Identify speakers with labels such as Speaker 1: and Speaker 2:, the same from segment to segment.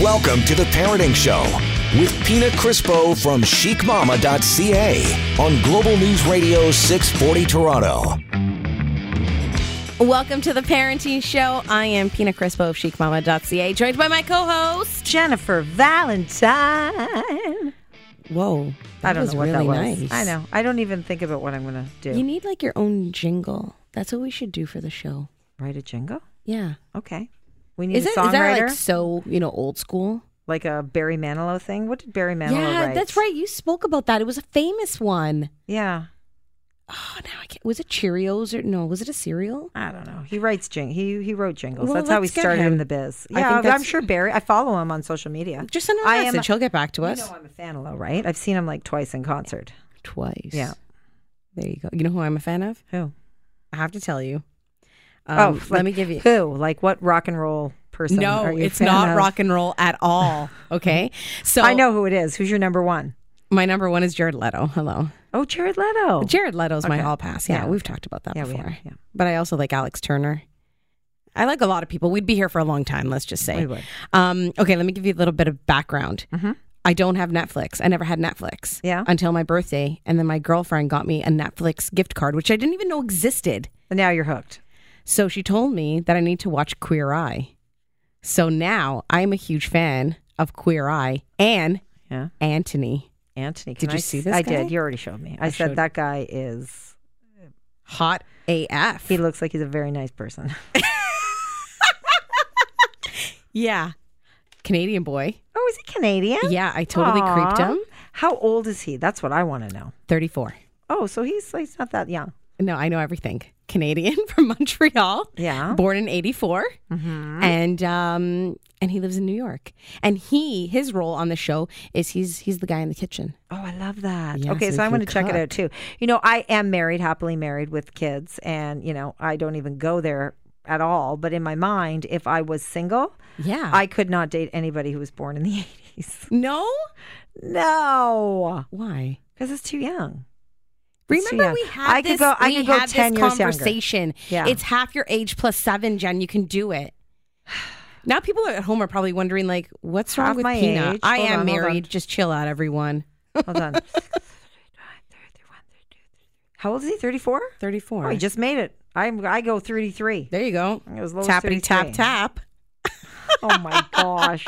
Speaker 1: Welcome to The Parenting Show with Pina Crispo from chicmama.ca on Global News Radio 640 Toronto.
Speaker 2: Welcome to the Parenting Show. I am Pina Crispo of chicmama.ca, joined by my co-host.
Speaker 3: Jennifer Valentine.
Speaker 2: Whoa,
Speaker 3: I don't know what that was. I know. I don't even think about what I'm going to do.
Speaker 2: You need like your own jingle. That's what we should do for the show.
Speaker 3: Write a jingle?
Speaker 2: Yeah.
Speaker 3: Okay. We need
Speaker 2: Is
Speaker 3: a
Speaker 2: that, is that
Speaker 3: songwriter,
Speaker 2: like so, you know, old school?
Speaker 3: like, a Barry Manilow thing. What did Barry Manilow
Speaker 2: yeah,
Speaker 3: write?
Speaker 2: that's right. You spoke about that. It was a famous one.
Speaker 3: Yeah.
Speaker 2: Oh, now I can't. Was it Cheerios or no? Was it a cereal?
Speaker 3: I don't know. He writes jing. He he wrote jingles.
Speaker 2: Well,
Speaker 3: that's how we
Speaker 2: let's get
Speaker 3: started
Speaker 2: him.
Speaker 3: in the biz.
Speaker 2: I
Speaker 3: Yeah,
Speaker 2: think
Speaker 3: I am
Speaker 2: that's-
Speaker 3: sure Barry. I follow him on social media.
Speaker 2: Just send him a
Speaker 3: I am-
Speaker 2: message. He'll get back to us
Speaker 3: You know I'm a fan of Low, right? I've seen him like twice in concert.
Speaker 2: twice.
Speaker 3: Yeah.
Speaker 2: There you go. You know who I'm a fan of?
Speaker 3: Who?
Speaker 2: I have to tell you.
Speaker 3: oh,
Speaker 2: Um,
Speaker 3: like
Speaker 2: let me give you.
Speaker 3: who? Like what rock and roll person?
Speaker 2: No,
Speaker 3: are you a
Speaker 2: it's
Speaker 3: fan
Speaker 2: not
Speaker 3: of?
Speaker 2: rock and roll at all. Okay. So
Speaker 3: I know who it is. Who's your number one?
Speaker 2: my number one is Jared Leto. Hello.
Speaker 3: Oh, Jared Leto.
Speaker 2: Jared Leto's my
Speaker 3: Okay.
Speaker 2: all pass. Yeah,
Speaker 3: Yeah.
Speaker 2: we've talked about that
Speaker 3: Yeah, we
Speaker 2: before.
Speaker 3: have, yeah.
Speaker 2: But I also like Alex Turner. I like a lot of people. We'd be here for a long time, let's just say.
Speaker 3: We would. Mm-hmm.
Speaker 2: Um, okay, let me give you a little bit of background. I don't have Netflix. I never had Netflix
Speaker 3: Yeah.
Speaker 2: until my birthday. And then my girlfriend got me a Netflix gift card, which I didn't even know existed.
Speaker 3: And now you're hooked.
Speaker 2: So she told me that I need to watch Queer Eye. So now I'm a huge fan of Queer Eye and
Speaker 3: Yeah.
Speaker 2: Anthony.
Speaker 3: Anthony.
Speaker 2: Did
Speaker 3: can
Speaker 2: you
Speaker 3: I
Speaker 2: see
Speaker 3: s-
Speaker 2: this
Speaker 3: I
Speaker 2: guy?
Speaker 3: did. You already showed me. I,
Speaker 2: I
Speaker 3: said
Speaker 2: showed-
Speaker 3: that guy is.
Speaker 2: Hot AF.
Speaker 3: He looks like he's a very nice person.
Speaker 2: yeah. Canadian boy.
Speaker 3: Oh, is he Canadian?
Speaker 2: Yeah, I totally creeped
Speaker 3: Aw.
Speaker 2: him.
Speaker 3: How old is he? That's what I want to know.
Speaker 2: 34.
Speaker 3: Oh, so he's he's not that young.
Speaker 2: No, I know everything. Canadian from Montreal.
Speaker 3: Yeah. Mm-hmm.
Speaker 2: Born in 84. And um and he lives in New York. And he his role on the show is he's he's the guy in the kitchen.
Speaker 3: Oh, I love that.
Speaker 2: Yeah,
Speaker 3: okay,
Speaker 2: so
Speaker 3: so,
Speaker 2: he
Speaker 3: I'm going to
Speaker 2: can
Speaker 3: check it
Speaker 2: cook.
Speaker 3: out too. You know, I am married, happily married with kids, and you know, I don't even go there at all. But in my mind, if I was single,
Speaker 2: Yeah.
Speaker 3: I could not date anybody who was born in the 80s.
Speaker 2: No?
Speaker 3: No,
Speaker 2: Why?
Speaker 3: because it's too young. It's too
Speaker 2: Remember
Speaker 3: young.
Speaker 2: we had
Speaker 3: I could
Speaker 2: this,
Speaker 3: go- I
Speaker 2: we
Speaker 3: could go
Speaker 2: had
Speaker 3: 10
Speaker 2: this
Speaker 3: years younger.
Speaker 2: conversation.
Speaker 3: Yeah.
Speaker 2: It's half your age plus seven, Jen. You can do it. Now people at home are probably wondering, like, what's wrong
Speaker 3: Half
Speaker 2: with
Speaker 3: my
Speaker 2: Pina?
Speaker 3: age.
Speaker 2: I
Speaker 3: Hold
Speaker 2: am
Speaker 3: on, hold on.
Speaker 2: married. Just chill out, everyone.
Speaker 3: Hold on. How old is he? 34?
Speaker 2: 34.
Speaker 3: Oh, he just made it. I'm, I go 33.
Speaker 2: There you go.
Speaker 3: It was low as
Speaker 2: Tappity tap
Speaker 3: 33.
Speaker 2: tap.
Speaker 3: Oh my gosh.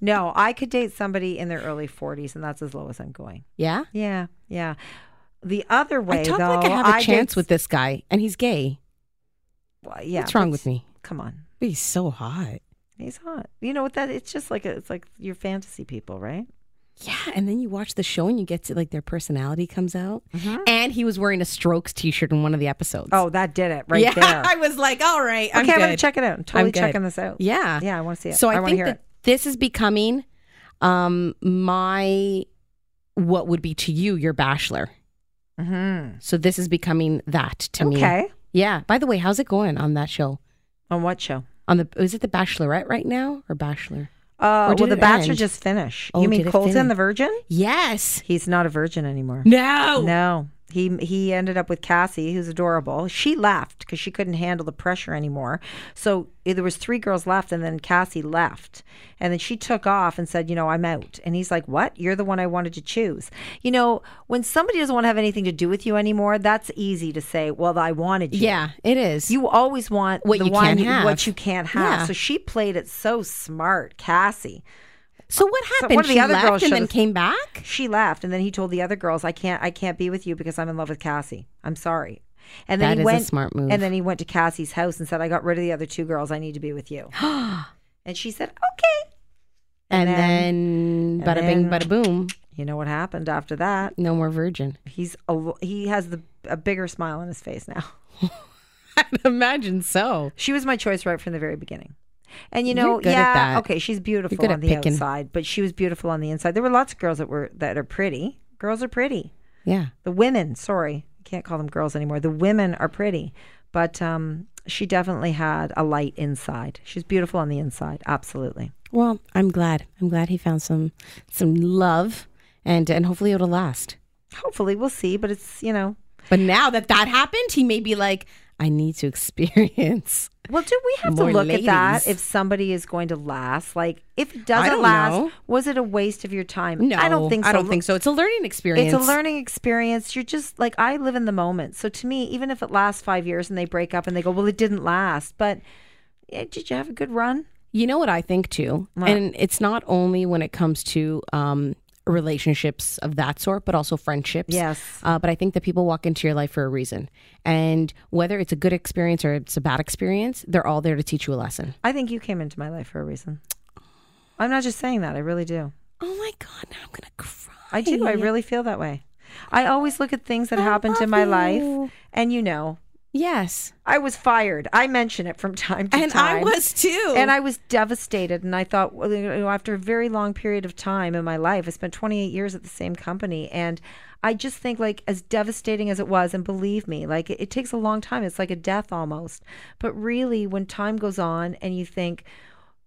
Speaker 3: No, I could date somebody in their early 40s, and that's as low as I'm going.
Speaker 2: Yeah.
Speaker 3: Yeah, yeah. The other way,
Speaker 2: I talk
Speaker 3: though,
Speaker 2: like I have a
Speaker 3: did-
Speaker 2: chance with this guy, and he's gay.
Speaker 3: Well, yeah,
Speaker 2: What's wrong
Speaker 3: but
Speaker 2: with me?
Speaker 3: Come on,
Speaker 2: But he's so hot.
Speaker 3: he's hot. You know what? That it's just like a, it's like your fantasy people, right?
Speaker 2: Yeah, and then you watch the show and you get to like their personality comes out. And he was wearing a Strokes T-shirt in one of the episodes.
Speaker 3: Mm-hmm. Oh, that did it right
Speaker 2: yeah.
Speaker 3: there.
Speaker 2: I was like, all right, I'm
Speaker 3: okay, I'm gonna
Speaker 2: good.
Speaker 3: check it out. I'm totally
Speaker 2: I'm good.
Speaker 3: checking this out.
Speaker 2: Yeah,
Speaker 3: yeah, I want to see it.
Speaker 2: So I,
Speaker 3: I, want to
Speaker 2: think
Speaker 3: hear
Speaker 2: that
Speaker 3: it.
Speaker 2: this is becoming um my what would be to you your bachelor.
Speaker 3: Mm-hmm.
Speaker 2: So this is becoming that to me.
Speaker 3: Okay.
Speaker 2: Yeah. By the way, how's it going on that show?
Speaker 3: On what show?
Speaker 2: On the is it the Bachelorette right now or Bachelor?
Speaker 3: Uh,
Speaker 2: Or did
Speaker 3: well, The
Speaker 2: it
Speaker 3: Bachelor
Speaker 2: end?
Speaker 3: just finished.
Speaker 2: Oh,
Speaker 3: you mean
Speaker 2: did it
Speaker 3: Colton
Speaker 2: finish?
Speaker 3: the Virgin?
Speaker 2: Yes.
Speaker 3: He's not a virgin anymore.
Speaker 2: No.
Speaker 3: No. He he ended up with Cassie, who's adorable. She left because she couldn't handle the pressure anymore. So eh, there was three girls left, and then Cassie left, and then she took off and said, "You know, I'm out." And he's like, "What? You're the one I wanted to choose." You know, when somebody doesn't want to have anything to do with you anymore, that's easy to say. Well, I wanted you.
Speaker 2: Yeah, it is.
Speaker 3: You always want
Speaker 2: What
Speaker 3: the
Speaker 2: you
Speaker 3: one
Speaker 2: can't
Speaker 3: you-
Speaker 2: have.
Speaker 3: what you can't have.
Speaker 2: Yeah.
Speaker 3: So she played it so smart, Cassie.
Speaker 2: so what
Speaker 3: one
Speaker 2: happened?
Speaker 3: of the
Speaker 2: she
Speaker 3: other
Speaker 2: left
Speaker 3: girls
Speaker 2: and then
Speaker 3: should've-
Speaker 2: came back.
Speaker 3: she left and then he told the other girls i can't i can't be with you because i'm in love with cassie i'm sorry and then
Speaker 2: That
Speaker 3: he
Speaker 2: is a
Speaker 3: went
Speaker 2: smart move.
Speaker 3: and then he went to cassie's house and said i got rid of the other two girls i need to be with you and she said okay
Speaker 2: And,
Speaker 3: And
Speaker 2: then,
Speaker 3: then-
Speaker 2: bada bing,
Speaker 3: and then-
Speaker 2: bada boom.
Speaker 3: you know what happened after that
Speaker 2: No more virgin.
Speaker 3: he's a, lo- he has the a bigger smile on his face now
Speaker 2: I'd imagine so.
Speaker 3: she was my choice right from the very beginning and you
Speaker 2: You're
Speaker 3: know
Speaker 2: good at
Speaker 3: yeah
Speaker 2: that.
Speaker 3: okay she's beautiful
Speaker 2: good at
Speaker 3: on the
Speaker 2: picking.
Speaker 3: outside but she was beautiful on the inside there were lots of girls that were that are pretty girls are pretty
Speaker 2: Yeah.
Speaker 3: the women sorry i can't call them girls anymore the women are pretty but um, she definitely had a light inside she's beautiful on the inside absolutely
Speaker 2: Well, I'm glad. I'm glad he found some some love, and and hopefully it'll last.
Speaker 3: hopefully we'll see but it's you know
Speaker 2: But now that that happened, he may be like, I need to experience
Speaker 3: Well, do we have
Speaker 2: More
Speaker 3: to look at that
Speaker 2: ladies.
Speaker 3: if somebody is going to last? Like, if it doesn't
Speaker 2: don't
Speaker 3: last,
Speaker 2: know.
Speaker 3: was it a waste of your time?
Speaker 2: No,
Speaker 3: I don't think so.
Speaker 2: I don't think so. It's a learning experience.
Speaker 3: It's a learning experience. You're just like I live in the moment. So to me, even if it lasts five years and they break up and they go, well, it didn't last, but eh, did you have a good run?
Speaker 2: You know what I think too, and it's not only when it comes to um, relationships of that sort, but also friendships.
Speaker 3: Yes.
Speaker 2: uh, but I think that people walk into your life for a reason, and whether it's a good experience or it's a bad experience, they're all there to teach you a lesson.
Speaker 3: I think you came into my life for a reason. I'm not just saying that. I really do.
Speaker 2: Oh my god! Now I'm gonna cry.
Speaker 3: I do. I really feel that way. I always look at things that happened to my
Speaker 2: love you.
Speaker 3: life, and you know,
Speaker 2: Yes,
Speaker 3: I was fired. I mention it from time to
Speaker 2: and
Speaker 3: time.
Speaker 2: I was too.
Speaker 3: And I was devastated. And I thought, well, you know, after a very long period of time in my life, I spent 28 years at the same company. And I just think, like, as devastating as it was, and believe me, like, it, it takes a long time. It's like a death almost. But really, when time goes on and you think,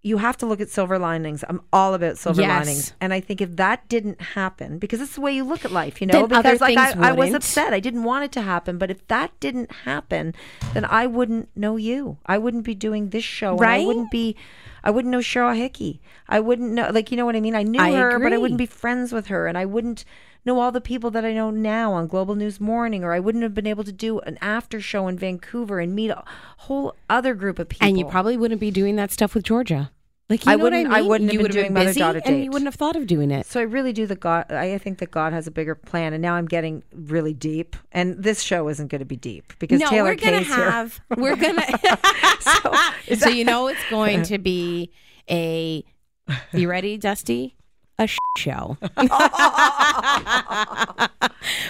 Speaker 3: you have to look at silver linings. I'm all about silver
Speaker 2: Yes.
Speaker 3: linings. And I think if that didn't happen, because it's the way you look at life, you know,
Speaker 2: Then
Speaker 3: because
Speaker 2: other
Speaker 3: like I,
Speaker 2: things
Speaker 3: I was
Speaker 2: wouldn't.
Speaker 3: upset. I didn't want it to happen. But if that didn't happen, then I wouldn't know you. I wouldn't be doing this show show, and I
Speaker 2: Right?
Speaker 3: wouldn't be, I wouldn't know Cheryl Hickey. I wouldn't know, like, you know what I mean? I knew
Speaker 2: I
Speaker 3: her, but I
Speaker 2: agree.
Speaker 3: wouldn't be friends with her. And I wouldn't know all the people that I know now on Global News Morning, or I wouldn't have been able to do an after show in Vancouver and meet a whole other group of people.
Speaker 2: and you probably wouldn't be doing that stuff with Georgia. Like you
Speaker 3: I
Speaker 2: know what
Speaker 3: wouldn't- I
Speaker 2: I mean?
Speaker 3: wouldn't have
Speaker 2: you
Speaker 3: been
Speaker 2: would
Speaker 3: doing Mother
Speaker 2: busy,
Speaker 3: Daughter
Speaker 2: and
Speaker 3: Date.
Speaker 2: you wouldn't have thought of doing it.
Speaker 3: So I really do the God. I I think that God has a bigger plan, and now I'm getting really deep. And this show isn't going to be deep because
Speaker 2: no,
Speaker 3: Taylor
Speaker 2: we're gonna
Speaker 3: Kay's here.
Speaker 2: have we're gonna so, you know it's going to be a you ready, Dusty? A sh- show,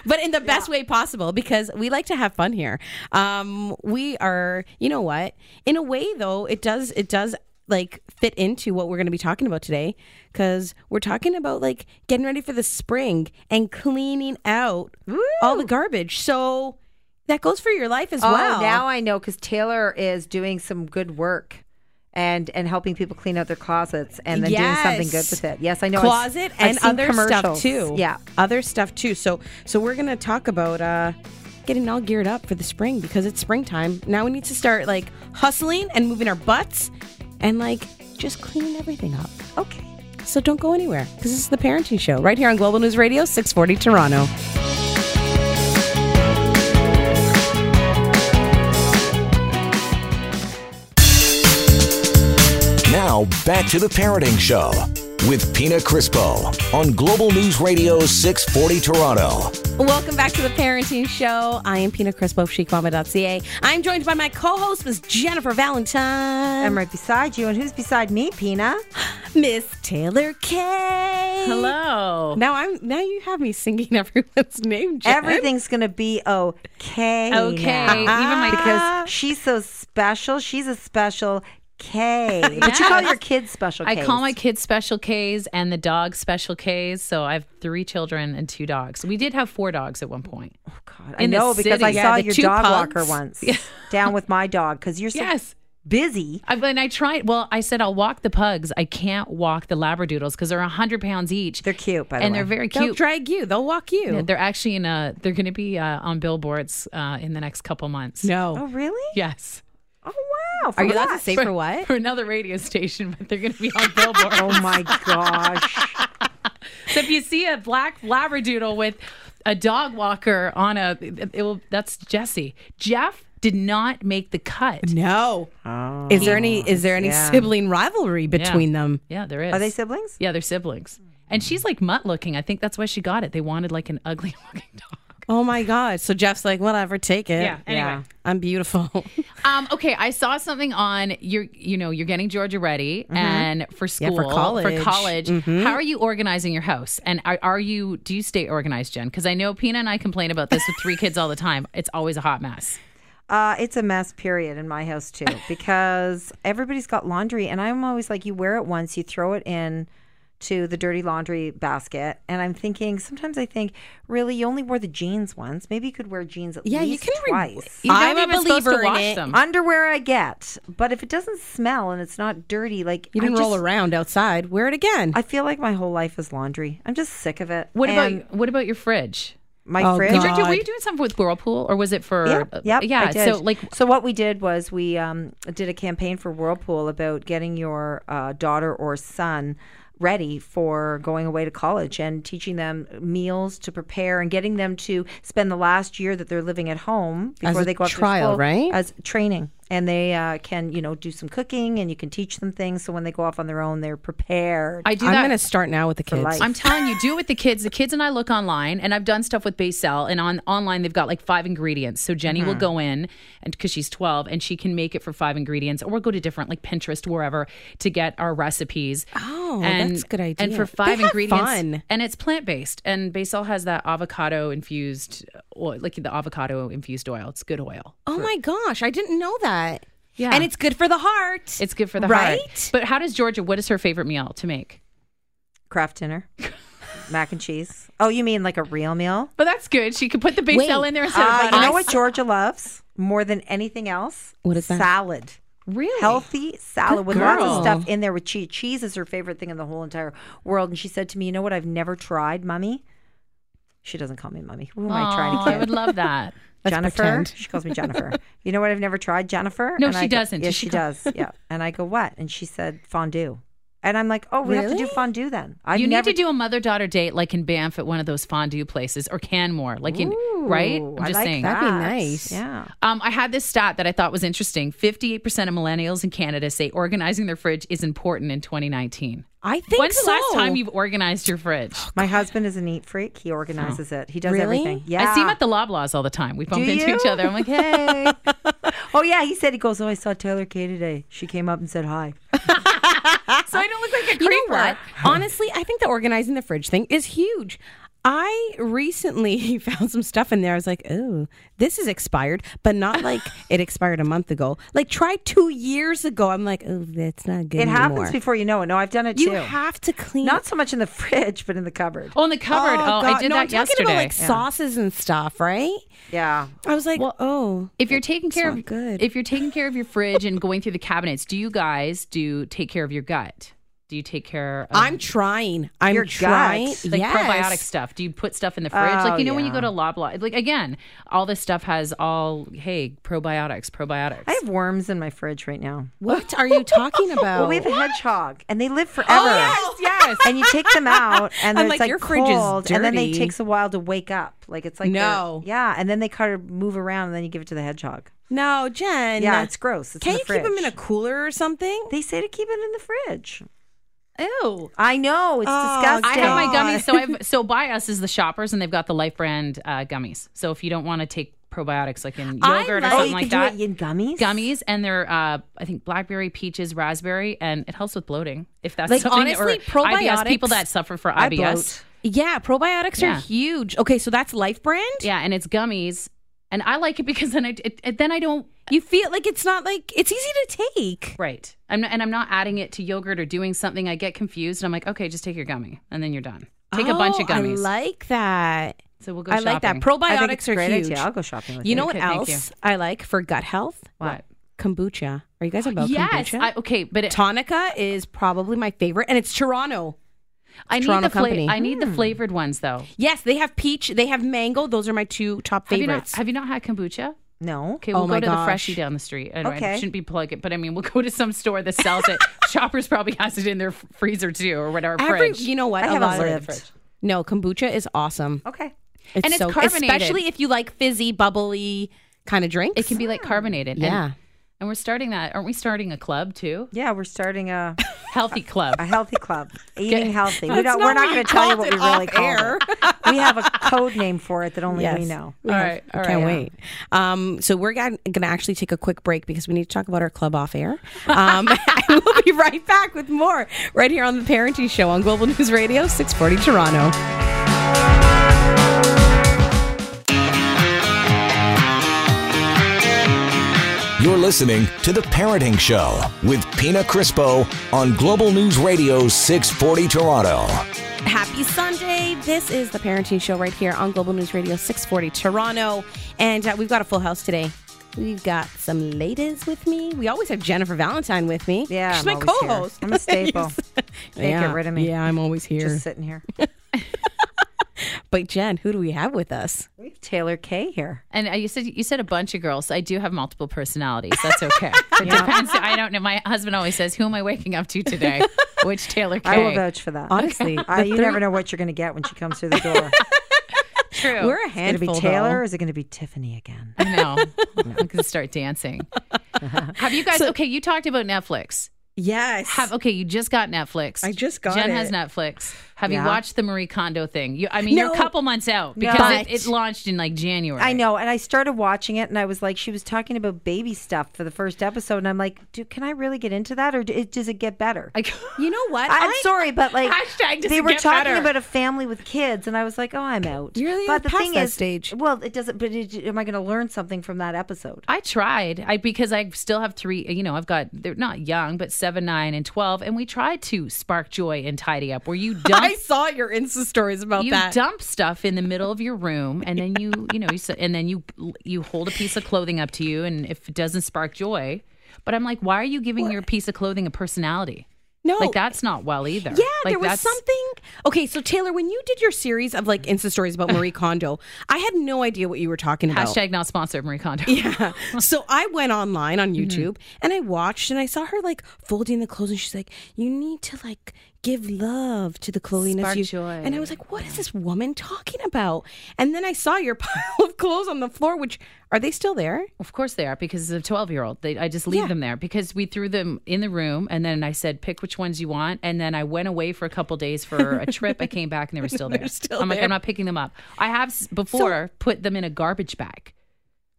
Speaker 2: but in the best way possible because we like to have fun here. Um, we are, you know what? In a way, though, it does it does like fit into what we're going to be talking about today because we're talking about like getting ready for the spring and cleaning out all the garbage. So that goes for your life as
Speaker 3: Oh,
Speaker 2: well.
Speaker 3: now I know because Taylor is doing some good work and and helping people clean out their closets and then doing something good
Speaker 2: Yes.
Speaker 3: with it. Yes, I know. I've-
Speaker 2: closet
Speaker 3: I've
Speaker 2: and
Speaker 3: seen
Speaker 2: other stuff
Speaker 3: commercials.
Speaker 2: too.
Speaker 3: Yeah.
Speaker 2: other stuff too. So so we're gonna talk about uh, getting all geared up for the spring because it's springtime. Now we need to start like hustling and moving our butts and like just cleaning everything up.
Speaker 3: Okay.
Speaker 2: So don't go anywhere because this is the Parenting Show right here on Global News Radio 640 Toronto.
Speaker 1: Now, back to the Parenting Show with Pina Crispo on Global News Radio 640 Toronto.
Speaker 2: Welcome back to the Parenting Show. I am Pina Crispo of chicmama.ca. I'm joined by my co-host, Ms. Jennifer Valentine.
Speaker 3: I'm right beside you. And who's beside me, Pina?
Speaker 2: Miss Taylor K.
Speaker 4: Hello.
Speaker 2: Now I'm now you have me singing everyone's name. Jen.
Speaker 3: Everything's gonna be okay.
Speaker 4: Okay,
Speaker 3: now.
Speaker 4: even my-
Speaker 3: because she's so special. She's a special K. But you call your kids special.
Speaker 4: I call
Speaker 3: Ks.
Speaker 4: my kids special Ks and the dogs special Ks. So I have three children and two dogs. We did have four dogs at one point.
Speaker 3: God, I
Speaker 4: in the
Speaker 3: know because
Speaker 4: city.
Speaker 3: I
Speaker 4: Yeah,
Speaker 3: saw
Speaker 4: the
Speaker 3: your
Speaker 4: two
Speaker 3: dog
Speaker 4: pugs.
Speaker 3: walker once down with my dog because you're so
Speaker 4: Yes.
Speaker 3: busy.
Speaker 4: I, and I tried, well, I said I'll walk the pugs. I can't walk the Labradoodles because they're 100 pounds each.
Speaker 3: They're cute, by the
Speaker 4: and
Speaker 3: way.
Speaker 4: they're very
Speaker 2: They'll
Speaker 4: cute.
Speaker 2: drag you. They'll walk you.
Speaker 4: They're actually in a, they're going to be uh, on billboards uh, in the next couple months.
Speaker 3: Oh,
Speaker 2: no.
Speaker 3: really?
Speaker 4: Yes.
Speaker 3: Oh, wow.
Speaker 2: Are you
Speaker 3: For
Speaker 2: allowed to
Speaker 3: what?
Speaker 2: say for what?
Speaker 4: For another radio station, but they're going to be on billboards.
Speaker 3: Oh my gosh.
Speaker 4: So if you see a black labradoodle with a dog walker on a, it will, that's Jesse. Jeff did not make the cut.
Speaker 2: No. is there any is there any sibling rivalry between them?
Speaker 4: Yeah, there is.
Speaker 3: Are they siblings?
Speaker 4: Yeah, they're siblings. And she's like mutt looking. I think that's why she got it. They wanted like an ugly looking dog.
Speaker 2: Oh my god. So Jeff's like, whatever, take it.
Speaker 4: Yeah. Anyway.
Speaker 2: I'm beautiful.
Speaker 4: Um, okay, I saw something on you're you know, you're getting Georgia ready and for
Speaker 2: Yeah,
Speaker 4: school
Speaker 2: for college.
Speaker 4: college. How are you organizing your house? And are, are you do you stay organized, Jen? Because I know Pina and I complain about this with three kids all the time. It's always a hot mess.
Speaker 3: Uh, it's a mess, period, in my house too, because everybody's got laundry. And I'm always like, you wear it once, you throw it in to the dirty laundry basket. And I'm thinking, sometimes I think, really, you only wore the jeans once. Maybe you could wear jeans at
Speaker 2: yeah, you
Speaker 3: least
Speaker 2: can re-
Speaker 3: twice.
Speaker 4: You're not
Speaker 2: I'm a
Speaker 4: even supposed
Speaker 2: believer
Speaker 4: to wash
Speaker 2: in it.
Speaker 4: them.
Speaker 3: Underwear I get, but if it doesn't smell and it's not dirty, like
Speaker 2: You didn't
Speaker 3: I
Speaker 2: roll
Speaker 3: just-
Speaker 2: around outside. Wear it again.
Speaker 3: I feel like my whole life is laundry. I'm just sick of it.
Speaker 4: What about
Speaker 3: And
Speaker 4: what about your fridge?
Speaker 3: my
Speaker 2: Oh,
Speaker 3: fridge.
Speaker 2: God.
Speaker 4: Did you- were you doing something with Whirlpool or was it for?
Speaker 3: Yeah, yep,
Speaker 4: yeah.
Speaker 3: I did.
Speaker 4: So like,
Speaker 3: so what we did was we um, did a campaign for Whirlpool about getting your uh, daughter or son ready for going away to college and teaching them meals to prepare and getting them to spend the last year that they're living at home
Speaker 2: As
Speaker 3: before
Speaker 2: a
Speaker 3: they go up to
Speaker 2: trial,
Speaker 3: school
Speaker 2: right?
Speaker 3: as training and they uh, can you know do some cooking and you can teach them things so when they go off on their own they're prepared
Speaker 4: I do
Speaker 2: I'm
Speaker 4: that.
Speaker 2: going to start now with the kids.
Speaker 3: life.
Speaker 4: I'm telling you, do it with the kids. The kids and I look online, and I've done stuff with Basel, and on online they've got like five ingredients. So Jenny
Speaker 2: Mm-hmm.
Speaker 4: will go in, and because she's 12, and she can make it for five ingredients, or we'll go to different like Pinterest, wherever, to get our recipes.
Speaker 2: Oh,
Speaker 4: and,
Speaker 2: that's a good
Speaker 4: And
Speaker 2: idea.
Speaker 4: for
Speaker 2: They
Speaker 4: five
Speaker 2: have
Speaker 4: ingredients,
Speaker 2: fun.
Speaker 4: and it's plant based. And Basel has that avocado infused oil, like the avocado infused oil. It's good oil.
Speaker 2: Oh my gosh, I didn't know that.
Speaker 4: Yeah.
Speaker 2: And it's good for the heart.
Speaker 4: It's good for the
Speaker 2: Right?
Speaker 4: heart. But how does Georgia? What is her favorite meal to make?
Speaker 3: Kraft dinner mac and cheese oh you mean like a real meal
Speaker 4: But that's good. She could put the
Speaker 2: Wait.
Speaker 4: Basel in there instead
Speaker 3: Uh,
Speaker 4: of
Speaker 3: you know
Speaker 4: lettuce.
Speaker 3: what Georgia loves more than anything else?
Speaker 2: What is that?
Speaker 3: Salad.
Speaker 4: Really?
Speaker 3: Healthy salad
Speaker 2: Good
Speaker 3: with lots
Speaker 2: girl.
Speaker 3: of stuff in there with cheese. Cheese is her favorite thing in the whole entire world. And she said to me, You know what I've never tried, Mummy? She doesn't call me Mummy. Who am I trying
Speaker 4: Aw,
Speaker 3: to kid?
Speaker 4: I would love that.
Speaker 2: Let's
Speaker 3: Jennifer.
Speaker 2: pretend.
Speaker 3: She calls me Jennifer. you know what I've never tried, Jennifer?
Speaker 4: No,
Speaker 3: And
Speaker 4: she
Speaker 3: I go-
Speaker 4: doesn't.
Speaker 3: Yeah,
Speaker 4: Does
Speaker 3: she
Speaker 4: she call-
Speaker 3: does. Yeah. And I go, What? And she said, Fondue. And I'm like, Oh, we have to do
Speaker 2: Really?
Speaker 3: fondue then. I've
Speaker 4: you
Speaker 3: never
Speaker 4: need to do a mother daughter date like in Banff at one of those fondue places or Canmore, like in right.
Speaker 3: Ooh,
Speaker 4: I'm
Speaker 3: I
Speaker 4: just
Speaker 3: like
Speaker 4: saying.
Speaker 2: That'd be
Speaker 3: that.
Speaker 2: nice.
Speaker 3: Yeah.
Speaker 4: Um, I had this stat that I thought was interesting. Fifty-eight percent of millennials in Canada say organizing their fridge is important in 2019.
Speaker 2: I think
Speaker 4: When's
Speaker 2: so.
Speaker 4: the last time you've organized your fridge?
Speaker 3: My husband is a neat freak. He organizes it. He does
Speaker 2: Really?
Speaker 3: everything. Yeah.
Speaker 4: Oh. I see him at the Loblaws all the time. We bump
Speaker 3: Do
Speaker 4: into
Speaker 3: you?
Speaker 4: each other. I'm like, hey.
Speaker 3: Oh yeah, he said he goes. Oh, I saw Taylor Kay today. She came up and said hi.
Speaker 4: so I don't look like a creeper.
Speaker 2: You know what? Honestly, I think the organizing the fridge thing is huge. I recently found some stuff in there. I was like, oh, this is expired, but not like it expired a month ago. Like, try two years ago. I'm like, oh, that's not good.
Speaker 3: It happens
Speaker 2: anymore.
Speaker 3: before you know it. No, I've done it
Speaker 2: You
Speaker 3: too.
Speaker 2: have to clean.
Speaker 3: Not so much in the fridge, but in the cupboard.
Speaker 4: Oh, in the cupboard. Oh, I
Speaker 2: God.
Speaker 4: did
Speaker 2: no,
Speaker 4: that
Speaker 2: I'm talking
Speaker 4: yesterday.
Speaker 2: about like sauces and stuff, right?
Speaker 3: Yeah.
Speaker 2: I was like, oh,
Speaker 4: if you're taking care
Speaker 2: not
Speaker 4: of
Speaker 2: good.
Speaker 4: if you're taking care of your fridge and going through the cabinets, do you guys do take care of your gut? Do you take care? of
Speaker 2: I'm trying. I'm
Speaker 3: Your gut.
Speaker 2: trying.
Speaker 4: um, like
Speaker 2: yes.
Speaker 4: probiotic stuff. Do you put stuff in the fridge?
Speaker 3: Oh,
Speaker 4: like you know when you
Speaker 3: yeah.
Speaker 4: go to Loblaw, like again, all this stuff has all hey probiotics, probiotics.
Speaker 3: I have worms in my fridge right now.
Speaker 2: What are you talking about?
Speaker 3: Well, we have a hedgehog, and they live forever.
Speaker 4: yes, yes.
Speaker 3: And you take them out, and
Speaker 2: Oh, I'm
Speaker 3: it's
Speaker 2: like,
Speaker 3: like,
Speaker 2: your fridge is
Speaker 3: cold, and then they
Speaker 2: dirty.
Speaker 3: takes a while to wake up. Like it's like they're-
Speaker 2: No.
Speaker 3: yeah, and then they kind of move around, and then you give it to the hedgehog.
Speaker 2: No, Jen.
Speaker 3: Yeah, it's gross. It's
Speaker 2: Can
Speaker 3: in the
Speaker 2: you keep them in a
Speaker 3: fridge.
Speaker 2: cooler or something?
Speaker 3: They say to keep it in the fridge.
Speaker 4: Ew.
Speaker 3: I know it's
Speaker 2: Oh,
Speaker 4: I
Speaker 3: disgusting.
Speaker 4: have my
Speaker 2: God.
Speaker 4: gummies. So I've so by us is the shoppers, and they've got the Life brand uh, gummies. So if you don't want to take probiotics like in
Speaker 2: I
Speaker 4: yogurt
Speaker 2: like-
Speaker 4: or
Speaker 3: Oh, you
Speaker 4: something
Speaker 3: can
Speaker 4: like that,
Speaker 3: do it in gummies.
Speaker 4: gummies, and they're uh, I think blackberry, peaches, raspberry, and it helps with bloating. If that's
Speaker 2: Like,
Speaker 4: something that-
Speaker 2: honestly,
Speaker 4: or IBS, people
Speaker 2: probiotics-
Speaker 4: that suffer for
Speaker 3: I
Speaker 4: IBS.
Speaker 3: bloat.
Speaker 2: Yeah, probiotics are
Speaker 4: Yeah.
Speaker 2: huge. Okay, so that's Life Brand.
Speaker 4: Yeah, and it's gummies, and I like it because then I it, it- then I don't
Speaker 2: You feel like it's not like it's easy to take.
Speaker 4: Right. I'm not, and I'm not adding it to yogurt or doing something. I get confused and I'm like, okay, just take your gummy and then you're done. Take a bunch of
Speaker 2: Oh,
Speaker 4: gummies.
Speaker 2: I like that.
Speaker 4: so we'll go
Speaker 2: I
Speaker 4: shopping.
Speaker 2: like that.
Speaker 3: I think it's
Speaker 2: Probiotics
Speaker 3: a
Speaker 2: are
Speaker 3: great
Speaker 2: huge.
Speaker 3: idea. I'll go shopping with
Speaker 2: You know
Speaker 3: you.
Speaker 2: what
Speaker 4: Okay, thank you.
Speaker 2: else I like for gut health?
Speaker 4: What?
Speaker 2: Kombucha. Are you guys about
Speaker 4: Yes.
Speaker 2: kombucha?
Speaker 4: I, okay, but it,
Speaker 2: Tonica is probably my favorite, and it's Toronto.
Speaker 4: I need
Speaker 2: Toronto
Speaker 4: the fla-
Speaker 2: company. Hmm.
Speaker 4: I need the flavored ones though.
Speaker 2: Yes, they have peach, they have mango. Those are my two top
Speaker 4: Have you not
Speaker 2: favorites.
Speaker 4: have you not had kombucha?
Speaker 3: No.
Speaker 4: Okay,
Speaker 2: Oh
Speaker 4: we'll
Speaker 2: my
Speaker 4: go to the
Speaker 2: gosh.
Speaker 4: freshie down the street. I, know I
Speaker 3: Okay.
Speaker 4: shouldn't be plugging, but I mean, we'll go to some store that sells it. Shoppers probably has it in their f- freezer too, or whatever
Speaker 2: Every,
Speaker 4: fridge.
Speaker 2: you know what?
Speaker 3: I
Speaker 2: A
Speaker 3: haven't
Speaker 2: lot of-
Speaker 3: lived. Fridge.
Speaker 2: No, kombucha is awesome.
Speaker 3: Okay.
Speaker 2: It's
Speaker 4: And it's
Speaker 2: so,
Speaker 4: carbonated.
Speaker 2: especially if you like fizzy, bubbly kind of drinks.
Speaker 4: it can be like carbonated. And-
Speaker 2: Yeah.
Speaker 4: And, we're starting that. Aren't we starting a club too?
Speaker 3: Yeah, we're starting a,
Speaker 4: Healthy club.
Speaker 3: a healthy club. Eating healthy. We
Speaker 2: That's
Speaker 3: don't,
Speaker 2: not
Speaker 3: we're not
Speaker 2: what
Speaker 3: going
Speaker 2: you
Speaker 3: to tell you
Speaker 2: called
Speaker 3: what we
Speaker 2: it
Speaker 3: really
Speaker 2: off
Speaker 3: call
Speaker 2: air.
Speaker 3: it. We have a code name for it that only we know.
Speaker 2: We
Speaker 4: All
Speaker 2: have-
Speaker 4: right,
Speaker 2: we
Speaker 4: all
Speaker 2: can't
Speaker 4: right.
Speaker 2: wait. Um, so we're going to actually take a quick break because we need to talk about our club off air. Um, and we'll be right back with more right here on the Parenting Show on Global News Radio 640 Toronto.
Speaker 1: You're listening to The Parenting Show with Pina Crispo on Global News Radio 640 Toronto.
Speaker 2: Happy Sunday. This is the Parenting Show right here on Global News Radio 640 Toronto. And uh, we've got a full house today. We've got some ladies with me. We always have Jennifer Valentine with me.
Speaker 3: Yeah,
Speaker 2: She's
Speaker 3: I'm
Speaker 2: my
Speaker 3: always
Speaker 2: co
Speaker 3: here.
Speaker 2: host.
Speaker 3: I'm a staple. Can't get rid of me.
Speaker 2: Yeah, I'm always here.
Speaker 3: Just sitting here.
Speaker 2: But Jen, who do we have with us?
Speaker 3: We have Taylor Kay here.
Speaker 4: And uh, you said you said a bunch of girls. I do have multiple personalities. That's okay. It depends. I don't know. My husband always says, "Who am I waking up to today?" Which Taylor Kay?
Speaker 3: I will vouch for that.
Speaker 2: Honestly,
Speaker 3: I,
Speaker 2: the
Speaker 3: you
Speaker 2: three-
Speaker 3: never know what you're going to get when she comes through the door.
Speaker 4: True.
Speaker 2: we're a
Speaker 3: Going to be
Speaker 2: handful.
Speaker 3: Taylor, or is it going to be Tiffany again?
Speaker 4: I know. I'm gonna start dancing. Have you guys? okay, you talked about Netflix.
Speaker 2: Yes.
Speaker 4: Have okay, you just got Netflix.
Speaker 2: I just got
Speaker 4: Jen
Speaker 2: it.
Speaker 4: has Netflix. Have
Speaker 3: Yeah.
Speaker 4: you watched the Marie Kondo thing? You, I mean, you're
Speaker 2: No.
Speaker 4: a couple months out because it,
Speaker 2: But-
Speaker 4: it launched in like January.
Speaker 3: I know, and I started watching it, and I was like, she was talking about baby stuff for the first episode, and I'm like, dude, can I really get into that, or d- does it get better?
Speaker 4: Like,
Speaker 2: you know what?
Speaker 3: I, am
Speaker 2: I-
Speaker 3: sorry, but like
Speaker 4: Hashtag does
Speaker 3: they
Speaker 4: it
Speaker 3: were
Speaker 4: get
Speaker 3: talking
Speaker 4: better?
Speaker 3: about a family with kids, and I was like, oh, I'm out.
Speaker 2: You're really
Speaker 3: but the
Speaker 2: past
Speaker 3: thing
Speaker 2: that
Speaker 3: is,
Speaker 2: stage.
Speaker 3: well, it doesn't. But it, am I going to learn something from that episode?
Speaker 4: I tried. I because I still have three. You know, I've got they're not young, but seven, nine, and twelve, and we tried to spark joy and tidy up. Where you dump
Speaker 2: I saw your Insta stories about
Speaker 4: you
Speaker 2: that.
Speaker 4: dump stuff in the middle of your room and then you you know you s- and then you you hold a piece of clothing up to you and if it doesn't spark joy but i'm like why are you giving your piece of clothing a personality
Speaker 2: No.
Speaker 4: like that's not well either
Speaker 2: Yeah,
Speaker 4: like
Speaker 2: there was
Speaker 4: that's-
Speaker 2: something. Okay, so Taylor, when you did your series of like Insta stories about Marie Kondo, I had no idea what you were talking about.
Speaker 4: hashtag not sponsored marie kondo
Speaker 2: Yeah. so I went online on
Speaker 4: Mm-hmm.
Speaker 2: YouTube and I watched and I saw her like folding the clothes and she's like, "You need to like give love to the clothiness
Speaker 4: Spark
Speaker 2: you."
Speaker 4: joy.
Speaker 2: And I was like, "What is this woman talking about?" And then I saw your pile of clothes on the floor. Which are they still there?
Speaker 4: Of course they are because it's a 12 year old. They, I just leave
Speaker 2: Yeah.
Speaker 4: them there because we threw them in the room and then I said, pick which ones you want. And then I went away for a couple days for a trip. I came back and they were still there.
Speaker 2: still
Speaker 4: I'm like,
Speaker 2: there.
Speaker 4: I'm not picking them up. I have s- before put them in a garbage bag.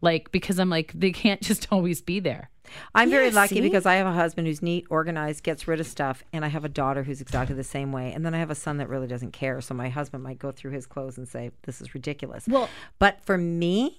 Speaker 4: Like, because I'm like, they can't just always be there.
Speaker 3: I'm very
Speaker 2: Yeah,
Speaker 3: lucky
Speaker 2: see?
Speaker 3: because I have a husband who's neat, organized, gets rid of stuff, and I have a daughter who's exactly the same way. And then I have a son that really doesn't care. So my husband might go through his clothes and say, "This is ridiculous."
Speaker 4: Well-
Speaker 3: but for me,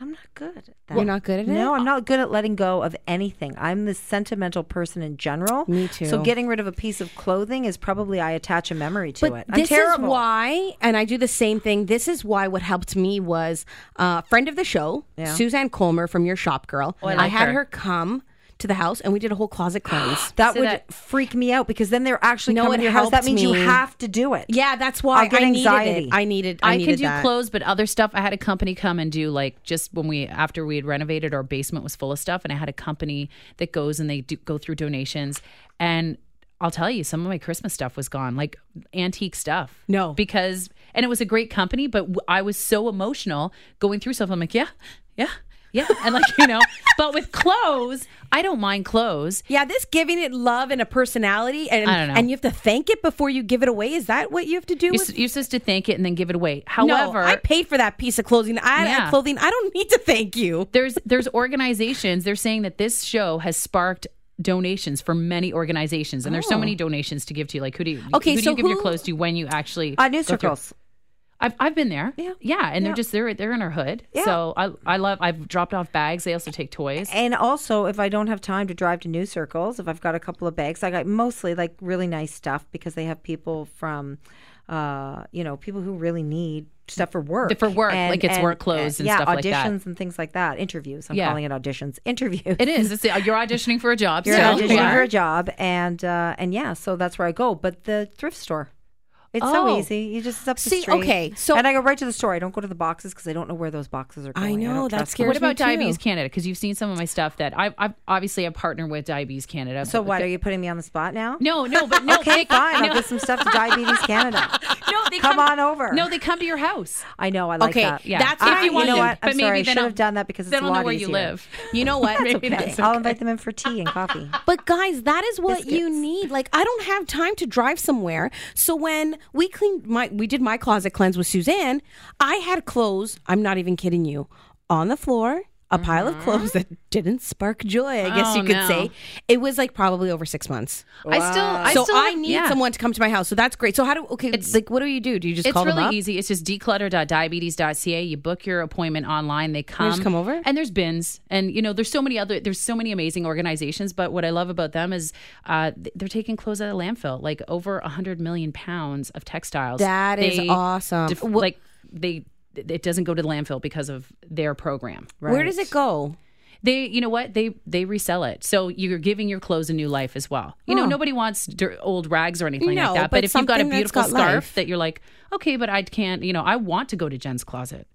Speaker 3: I'm not good. At that.
Speaker 2: You're not good at it?
Speaker 3: No, I'm not good at letting go of anything. I'm this sentimental person in general.
Speaker 2: Me
Speaker 3: So
Speaker 2: too.
Speaker 3: getting rid of a piece of clothing is probably I attach a memory to
Speaker 2: but
Speaker 3: it. I'm
Speaker 2: This
Speaker 3: terrible.
Speaker 2: is why, and I do the same thing. This is why what helped me was a friend of the show,
Speaker 3: Yeah.
Speaker 2: Suzanne Colmer from Your Shop Girl.
Speaker 4: Oh, I like
Speaker 2: had
Speaker 4: her.
Speaker 2: her come to the house and we did a whole closet cleanse.
Speaker 3: That
Speaker 4: So
Speaker 3: would
Speaker 4: that-
Speaker 3: freak me out because then they're actually
Speaker 2: No,
Speaker 3: coming to
Speaker 2: it
Speaker 3: your house. That
Speaker 2: helped
Speaker 3: means you
Speaker 2: me.
Speaker 3: have to do it.
Speaker 2: yeah, that's why
Speaker 3: I'll get
Speaker 2: I needed
Speaker 3: anxiety.
Speaker 2: it. I needed. I,
Speaker 4: I,
Speaker 2: needed
Speaker 4: can do
Speaker 2: that.
Speaker 4: clothes, but other stuff. I had a company come and do like just when we after we had renovated, our basement was full of stuff, and I had a company that goes and they do go through donations. And I'll tell you, some of my Christmas stuff was gone, like antique stuff.
Speaker 2: No.
Speaker 4: because and it was a great company, but w- I was so emotional going through stuff. I'm like, yeah, yeah. Yeah, and like you know, but with clothes, I don't mind clothes.
Speaker 2: Yeah, this giving it love and a personality, and
Speaker 4: I don't know.
Speaker 2: and you have to thank it before you give it away. Is that what you have to do?
Speaker 4: You're,
Speaker 2: with-
Speaker 4: s- you're supposed to thank it and then give it away. However,
Speaker 2: no, I paid for that piece of clothing. I
Speaker 4: Yeah.
Speaker 2: clothing. I don't need to thank you.
Speaker 4: there's there's organizations they're saying that this show has sparked donations for many organizations and there's so
Speaker 3: Oh.
Speaker 4: many donations to give to you like who do you
Speaker 2: Okay,
Speaker 4: who do
Speaker 2: so
Speaker 4: you give your
Speaker 2: who-
Speaker 4: clothes to when you actually
Speaker 3: Uh, news
Speaker 4: go through?
Speaker 3: circles.
Speaker 4: I've, I've been there
Speaker 3: Yeah.
Speaker 4: yeah and
Speaker 3: Yeah.
Speaker 4: they're just they're they're in our hood
Speaker 3: Yeah.
Speaker 4: so I, I love I've dropped off bags they also take toys
Speaker 3: And also, if I don't have time to drive to new circles, if I've got a couple of bags, I got mostly like really nice stuff because they have people from, uh, you know, people who really need stuff for work.
Speaker 4: For work, like it's work clothes and
Speaker 3: yeah,
Speaker 4: stuff like that.
Speaker 3: auditions and things like that. Interviews. I'm
Speaker 4: Yeah.
Speaker 3: calling it auditions. Interviews.
Speaker 4: it is it's, uh, you're auditioning for a job
Speaker 3: You're
Speaker 4: so
Speaker 3: auditioning for a job, and uh, and yeah, so that's where I go. But the thrift store. It's so
Speaker 4: Oh.
Speaker 3: easy. You just it's up the
Speaker 2: See,
Speaker 3: street.
Speaker 2: okay, so-
Speaker 3: and I go right to the store. I don't go to the boxes because I don't know where those boxes are
Speaker 2: I
Speaker 3: going.
Speaker 2: know,
Speaker 3: don't
Speaker 2: that
Speaker 3: trust
Speaker 2: scares
Speaker 4: what
Speaker 2: me
Speaker 4: about
Speaker 2: too.
Speaker 4: Diabetes Canada because you've seen some of my stuff that I, I've obviously I partnered with Diabetes Canada
Speaker 3: So
Speaker 4: but-
Speaker 3: what are you putting me on the spot now?
Speaker 4: no no but no
Speaker 3: okay,
Speaker 4: they-
Speaker 3: fine.
Speaker 4: no,
Speaker 3: I'll give some stuff to Diabetes Canada.
Speaker 4: no, they
Speaker 3: Come on over.
Speaker 4: no they come to your house
Speaker 3: I know. I like
Speaker 2: Okay,
Speaker 3: that.
Speaker 4: yeah
Speaker 2: That's if
Speaker 3: I,
Speaker 2: you want
Speaker 3: know
Speaker 2: them,
Speaker 3: what? I'm
Speaker 4: but
Speaker 3: sorry.
Speaker 4: maybe
Speaker 3: I
Speaker 4: then
Speaker 3: should have
Speaker 4: I'll-
Speaker 3: done that because it's
Speaker 4: then
Speaker 3: a
Speaker 4: I'll know
Speaker 3: lot
Speaker 4: where
Speaker 3: easier.
Speaker 4: you live.
Speaker 2: You know what?
Speaker 3: I'll invite them in for tea and coffee.
Speaker 2: But guys, that is what you
Speaker 3: Biscuits.
Speaker 2: need. Like I don't have time to drive somewhere. So when we cleaned my we did my closet cleanse with Suzanne, I had clothes, I'm not even kidding you, on the floor, a pile of clothes that didn't spark joy, I guess
Speaker 4: Mm-hmm. Oh,
Speaker 2: you could
Speaker 4: no.
Speaker 2: say. It was like probably over 6 months.
Speaker 4: I still, I
Speaker 2: so
Speaker 4: still
Speaker 2: I
Speaker 4: have-
Speaker 2: need
Speaker 4: yeah.
Speaker 2: someone to come to my house. So that's great. So how do okay, like what do you do? Do you just
Speaker 4: It's
Speaker 2: call them
Speaker 4: really
Speaker 2: up?
Speaker 4: easy. It's just declutter.diabetes.ca. You book your appointment online. They come,
Speaker 2: come over?
Speaker 4: and there's bins, and you know there's so many other there's so many amazing organizations. But what I love about them is uh, th- they're taking clothes out of landfill, like over hundred million pounds of textiles.
Speaker 2: That is
Speaker 4: They
Speaker 2: awesome.
Speaker 4: def-
Speaker 2: Wh-
Speaker 4: like they, it doesn't go to the landfill because of their program.
Speaker 2: Where does it go?
Speaker 4: They, you know what? They they resell it. So you're giving your clothes a new life as well. You know, nobody wants dir- old rags or anything
Speaker 2: No,
Speaker 4: like that.
Speaker 2: but
Speaker 4: But, if you've got a
Speaker 2: something that's
Speaker 4: beautiful
Speaker 2: got
Speaker 4: scarf
Speaker 2: life.
Speaker 4: that you're like, okay, but I can't. You know, I want to go to Jen's closet.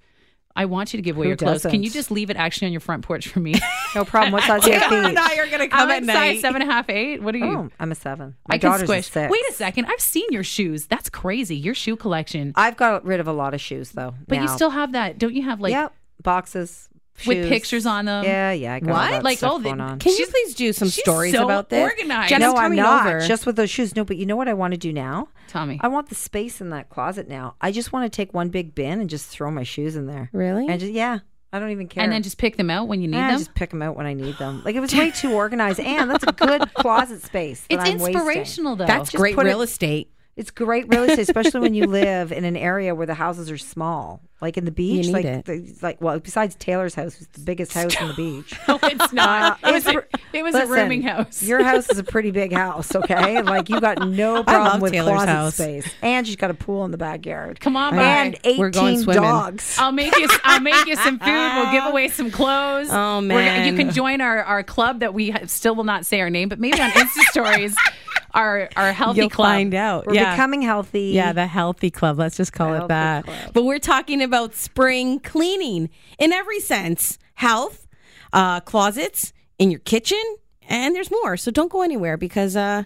Speaker 4: I want you to give away
Speaker 3: Who
Speaker 4: your clothes. Can you
Speaker 3: doesn't?
Speaker 4: just leave it actually on your front porch for me?
Speaker 3: No problem. What size are your
Speaker 2: I
Speaker 3: feet?
Speaker 2: thought you were gonna come
Speaker 4: I'm
Speaker 2: at
Speaker 4: at size
Speaker 2: night.
Speaker 4: seven and a half, eight. What are you?
Speaker 3: Oh, I'm a seven. My
Speaker 4: I can
Speaker 3: daughter's
Speaker 4: squish.
Speaker 3: a six.
Speaker 4: Wait a second. I've seen your shoes. That's crazy. Your shoe collection.
Speaker 3: I've got rid of a lot of shoes though.
Speaker 4: But you
Speaker 3: now.
Speaker 4: still have that, don't you? Have like
Speaker 3: yep boxes
Speaker 4: with
Speaker 3: shoes.
Speaker 4: pictures on them.
Speaker 3: Yeah, yeah. I got
Speaker 4: What?
Speaker 3: All that
Speaker 4: Like,
Speaker 3: stuff
Speaker 4: oh, the-
Speaker 3: going on.
Speaker 2: Can you
Speaker 4: She's-
Speaker 2: please do some
Speaker 4: she's
Speaker 2: stories
Speaker 4: so
Speaker 2: about this?
Speaker 4: organized.
Speaker 2: Jenna's
Speaker 4: No,
Speaker 3: I'm
Speaker 2: coming
Speaker 3: not.
Speaker 2: over.
Speaker 3: Just with those shoes. No, but you know what I want to do now?
Speaker 4: Tommy.
Speaker 3: I want the space in that closet now. I just want to take one big bin and just throw my shoes in there.
Speaker 2: Really?
Speaker 3: And just yeah, I don't even care.
Speaker 4: and then just pick them out when you need
Speaker 3: Eh, I
Speaker 4: them.
Speaker 3: just pick them out when I need them. Like it was way too organized, and that's a good closet space. that
Speaker 4: it's
Speaker 3: I'm wasting.
Speaker 4: inspirational though.
Speaker 2: That's
Speaker 3: Just
Speaker 2: great
Speaker 3: put it-
Speaker 2: real estate.
Speaker 3: It's great real estate, especially when you live in an area where the houses are small, like in the beach.
Speaker 2: need
Speaker 3: like,
Speaker 2: it.
Speaker 3: the- like well, besides Taylor's house, who's the biggest house on the beach.
Speaker 4: no, it's not.
Speaker 3: Uh,
Speaker 4: it was,
Speaker 3: it's
Speaker 4: a,
Speaker 3: pr-
Speaker 4: it was
Speaker 3: listen,
Speaker 4: a rooming house.
Speaker 3: Your house is a pretty big house, okay? Like you got no problem
Speaker 2: love
Speaker 3: with
Speaker 2: Taylor's
Speaker 3: closet
Speaker 2: house.
Speaker 3: space, and she's got a pool in the backyard.
Speaker 4: Come on,
Speaker 3: and
Speaker 4: bye.
Speaker 3: eighteen
Speaker 2: We're going swimming. Um,
Speaker 3: dogs.
Speaker 4: I'll make you. I'll make you some food. We'll give away some clothes.
Speaker 2: Oh,
Speaker 4: We're gonna- you
Speaker 2: man.
Speaker 4: can join our our club that we ha- still will not say our name, but maybe on Insta stories, our our healthy
Speaker 2: You'll
Speaker 4: club.
Speaker 2: find out.
Speaker 3: We're
Speaker 2: yeah.
Speaker 3: becoming healthy.
Speaker 2: Yeah, the healthy club. Let's just call it
Speaker 3: Healthy
Speaker 2: that.
Speaker 3: club.
Speaker 2: But we're talking about spring cleaning in every sense health, uh, closets, in your kitchen, and there's more. So don't go anywhere because uh,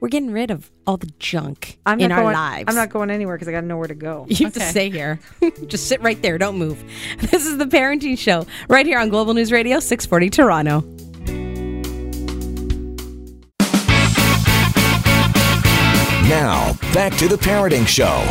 Speaker 2: we're getting rid of all the junk
Speaker 3: I'm not
Speaker 2: in our
Speaker 3: going,
Speaker 2: lives.
Speaker 3: I'm not going anywhere because I got nowhere to go.
Speaker 2: You have to
Speaker 4: Okay.
Speaker 2: stay here. Just sit right there. Don't move. This is the Parenting Show right here on Global News Radio 640 Toronto.
Speaker 1: Now, back to the Parenting Show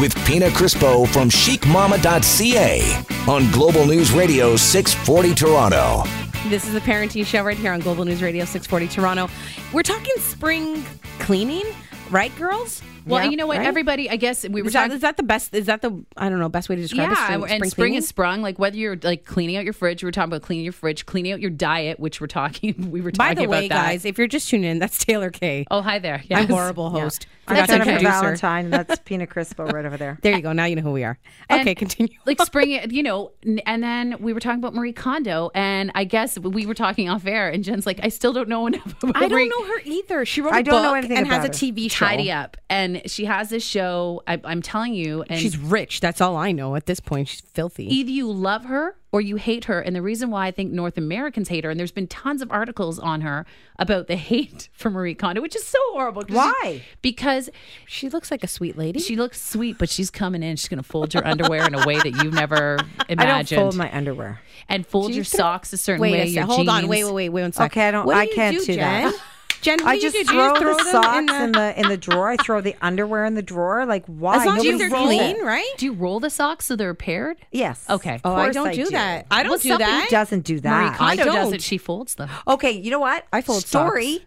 Speaker 1: with Pina Crispo from chicmama.ca on Global News Radio 640 Toronto.
Speaker 2: This is the Parenting Show right here on Global News Radio 640 Toronto. We're talking spring cleaning, right, girls?
Speaker 4: Well,
Speaker 2: Yeah,
Speaker 4: you know what?
Speaker 2: right?
Speaker 4: Everybody, I guess we were
Speaker 2: Is that,
Speaker 4: talking.
Speaker 2: is that the best? Is that the I don't know best way to describe it?
Speaker 4: yeah,
Speaker 2: Spring,
Speaker 4: and spring
Speaker 2: cleaning?
Speaker 4: is sprung. Like whether you're like cleaning out your fridge, we were talking about cleaning your fridge, cleaning out your diet, which we're talking. We were
Speaker 2: By
Speaker 4: talking
Speaker 2: the way,
Speaker 4: about that.
Speaker 2: guys, if you're just tuning in, that's Taylor K.
Speaker 4: Oh, hi there.
Speaker 2: am
Speaker 4: Yes.
Speaker 2: horrible host. Forgot
Speaker 3: That's
Speaker 2: to
Speaker 3: Jennifer
Speaker 2: introduce her.
Speaker 3: Valentine, and that's Pina Crispo right over there.
Speaker 2: There you go. Now you know who we are.
Speaker 4: And,
Speaker 2: okay, continue.
Speaker 4: like spring it, you know, n- and then we were talking about Marie Kondo, and I guess we were talking off air, and Jen's like, I still don't know enough about
Speaker 2: I
Speaker 4: Marie
Speaker 2: don't know her either. She wrote
Speaker 3: I
Speaker 2: a
Speaker 3: don't know
Speaker 2: book
Speaker 3: anything
Speaker 2: and has
Speaker 3: about
Speaker 2: a
Speaker 3: her.
Speaker 2: TV show.
Speaker 4: Tidy Up, and she has this show. I, I'm telling you, and
Speaker 2: She's rich. That's all I know at this point. She's filthy.
Speaker 4: either you love her or you hate her. And the reason why I think North Americans hate her, and there's been tons of articles on her about the hate for Marie Kondo, which is so horrible. 'cause she-
Speaker 3: Why?
Speaker 4: because
Speaker 2: She looks like a sweet lady.
Speaker 4: she looks sweet, but she's coming in. She's going to fold your underwear in a way that you've never
Speaker 3: I don't
Speaker 4: imagined.
Speaker 3: fold my underwear.
Speaker 4: and fold your
Speaker 2: She's gonna-
Speaker 4: socks a certain
Speaker 2: wait
Speaker 4: way.
Speaker 2: a
Speaker 4: your
Speaker 2: sec. Hold on.
Speaker 4: jeans.
Speaker 2: Wait, wait, wait, wait one second.
Speaker 3: Okay, I don't- I can't
Speaker 2: do,
Speaker 3: do
Speaker 2: Jen?
Speaker 3: that.
Speaker 2: Jen, what
Speaker 3: I
Speaker 2: do you
Speaker 3: just
Speaker 2: do? Do you
Speaker 3: throw, the
Speaker 2: them
Speaker 3: socks in the... in the drawer. I throw the underwear in the drawer. Like why?
Speaker 2: as long as
Speaker 3: Nobody
Speaker 2: they're
Speaker 3: rolls it.
Speaker 2: clean, right?
Speaker 4: Do you roll the socks so they're paired?
Speaker 3: Yes.
Speaker 4: Okay.
Speaker 3: Of
Speaker 4: Oh,
Speaker 2: I
Speaker 3: course
Speaker 2: don't do that. I don't
Speaker 4: Well,
Speaker 2: do
Speaker 4: something
Speaker 2: that.
Speaker 3: Who doesn't do
Speaker 4: Marie
Speaker 3: that?
Speaker 4: Kondo
Speaker 2: don't.
Speaker 4: doesn't. She folds them.
Speaker 3: Okay, you know what? I
Speaker 2: fold
Speaker 3: Story.
Speaker 2: socks.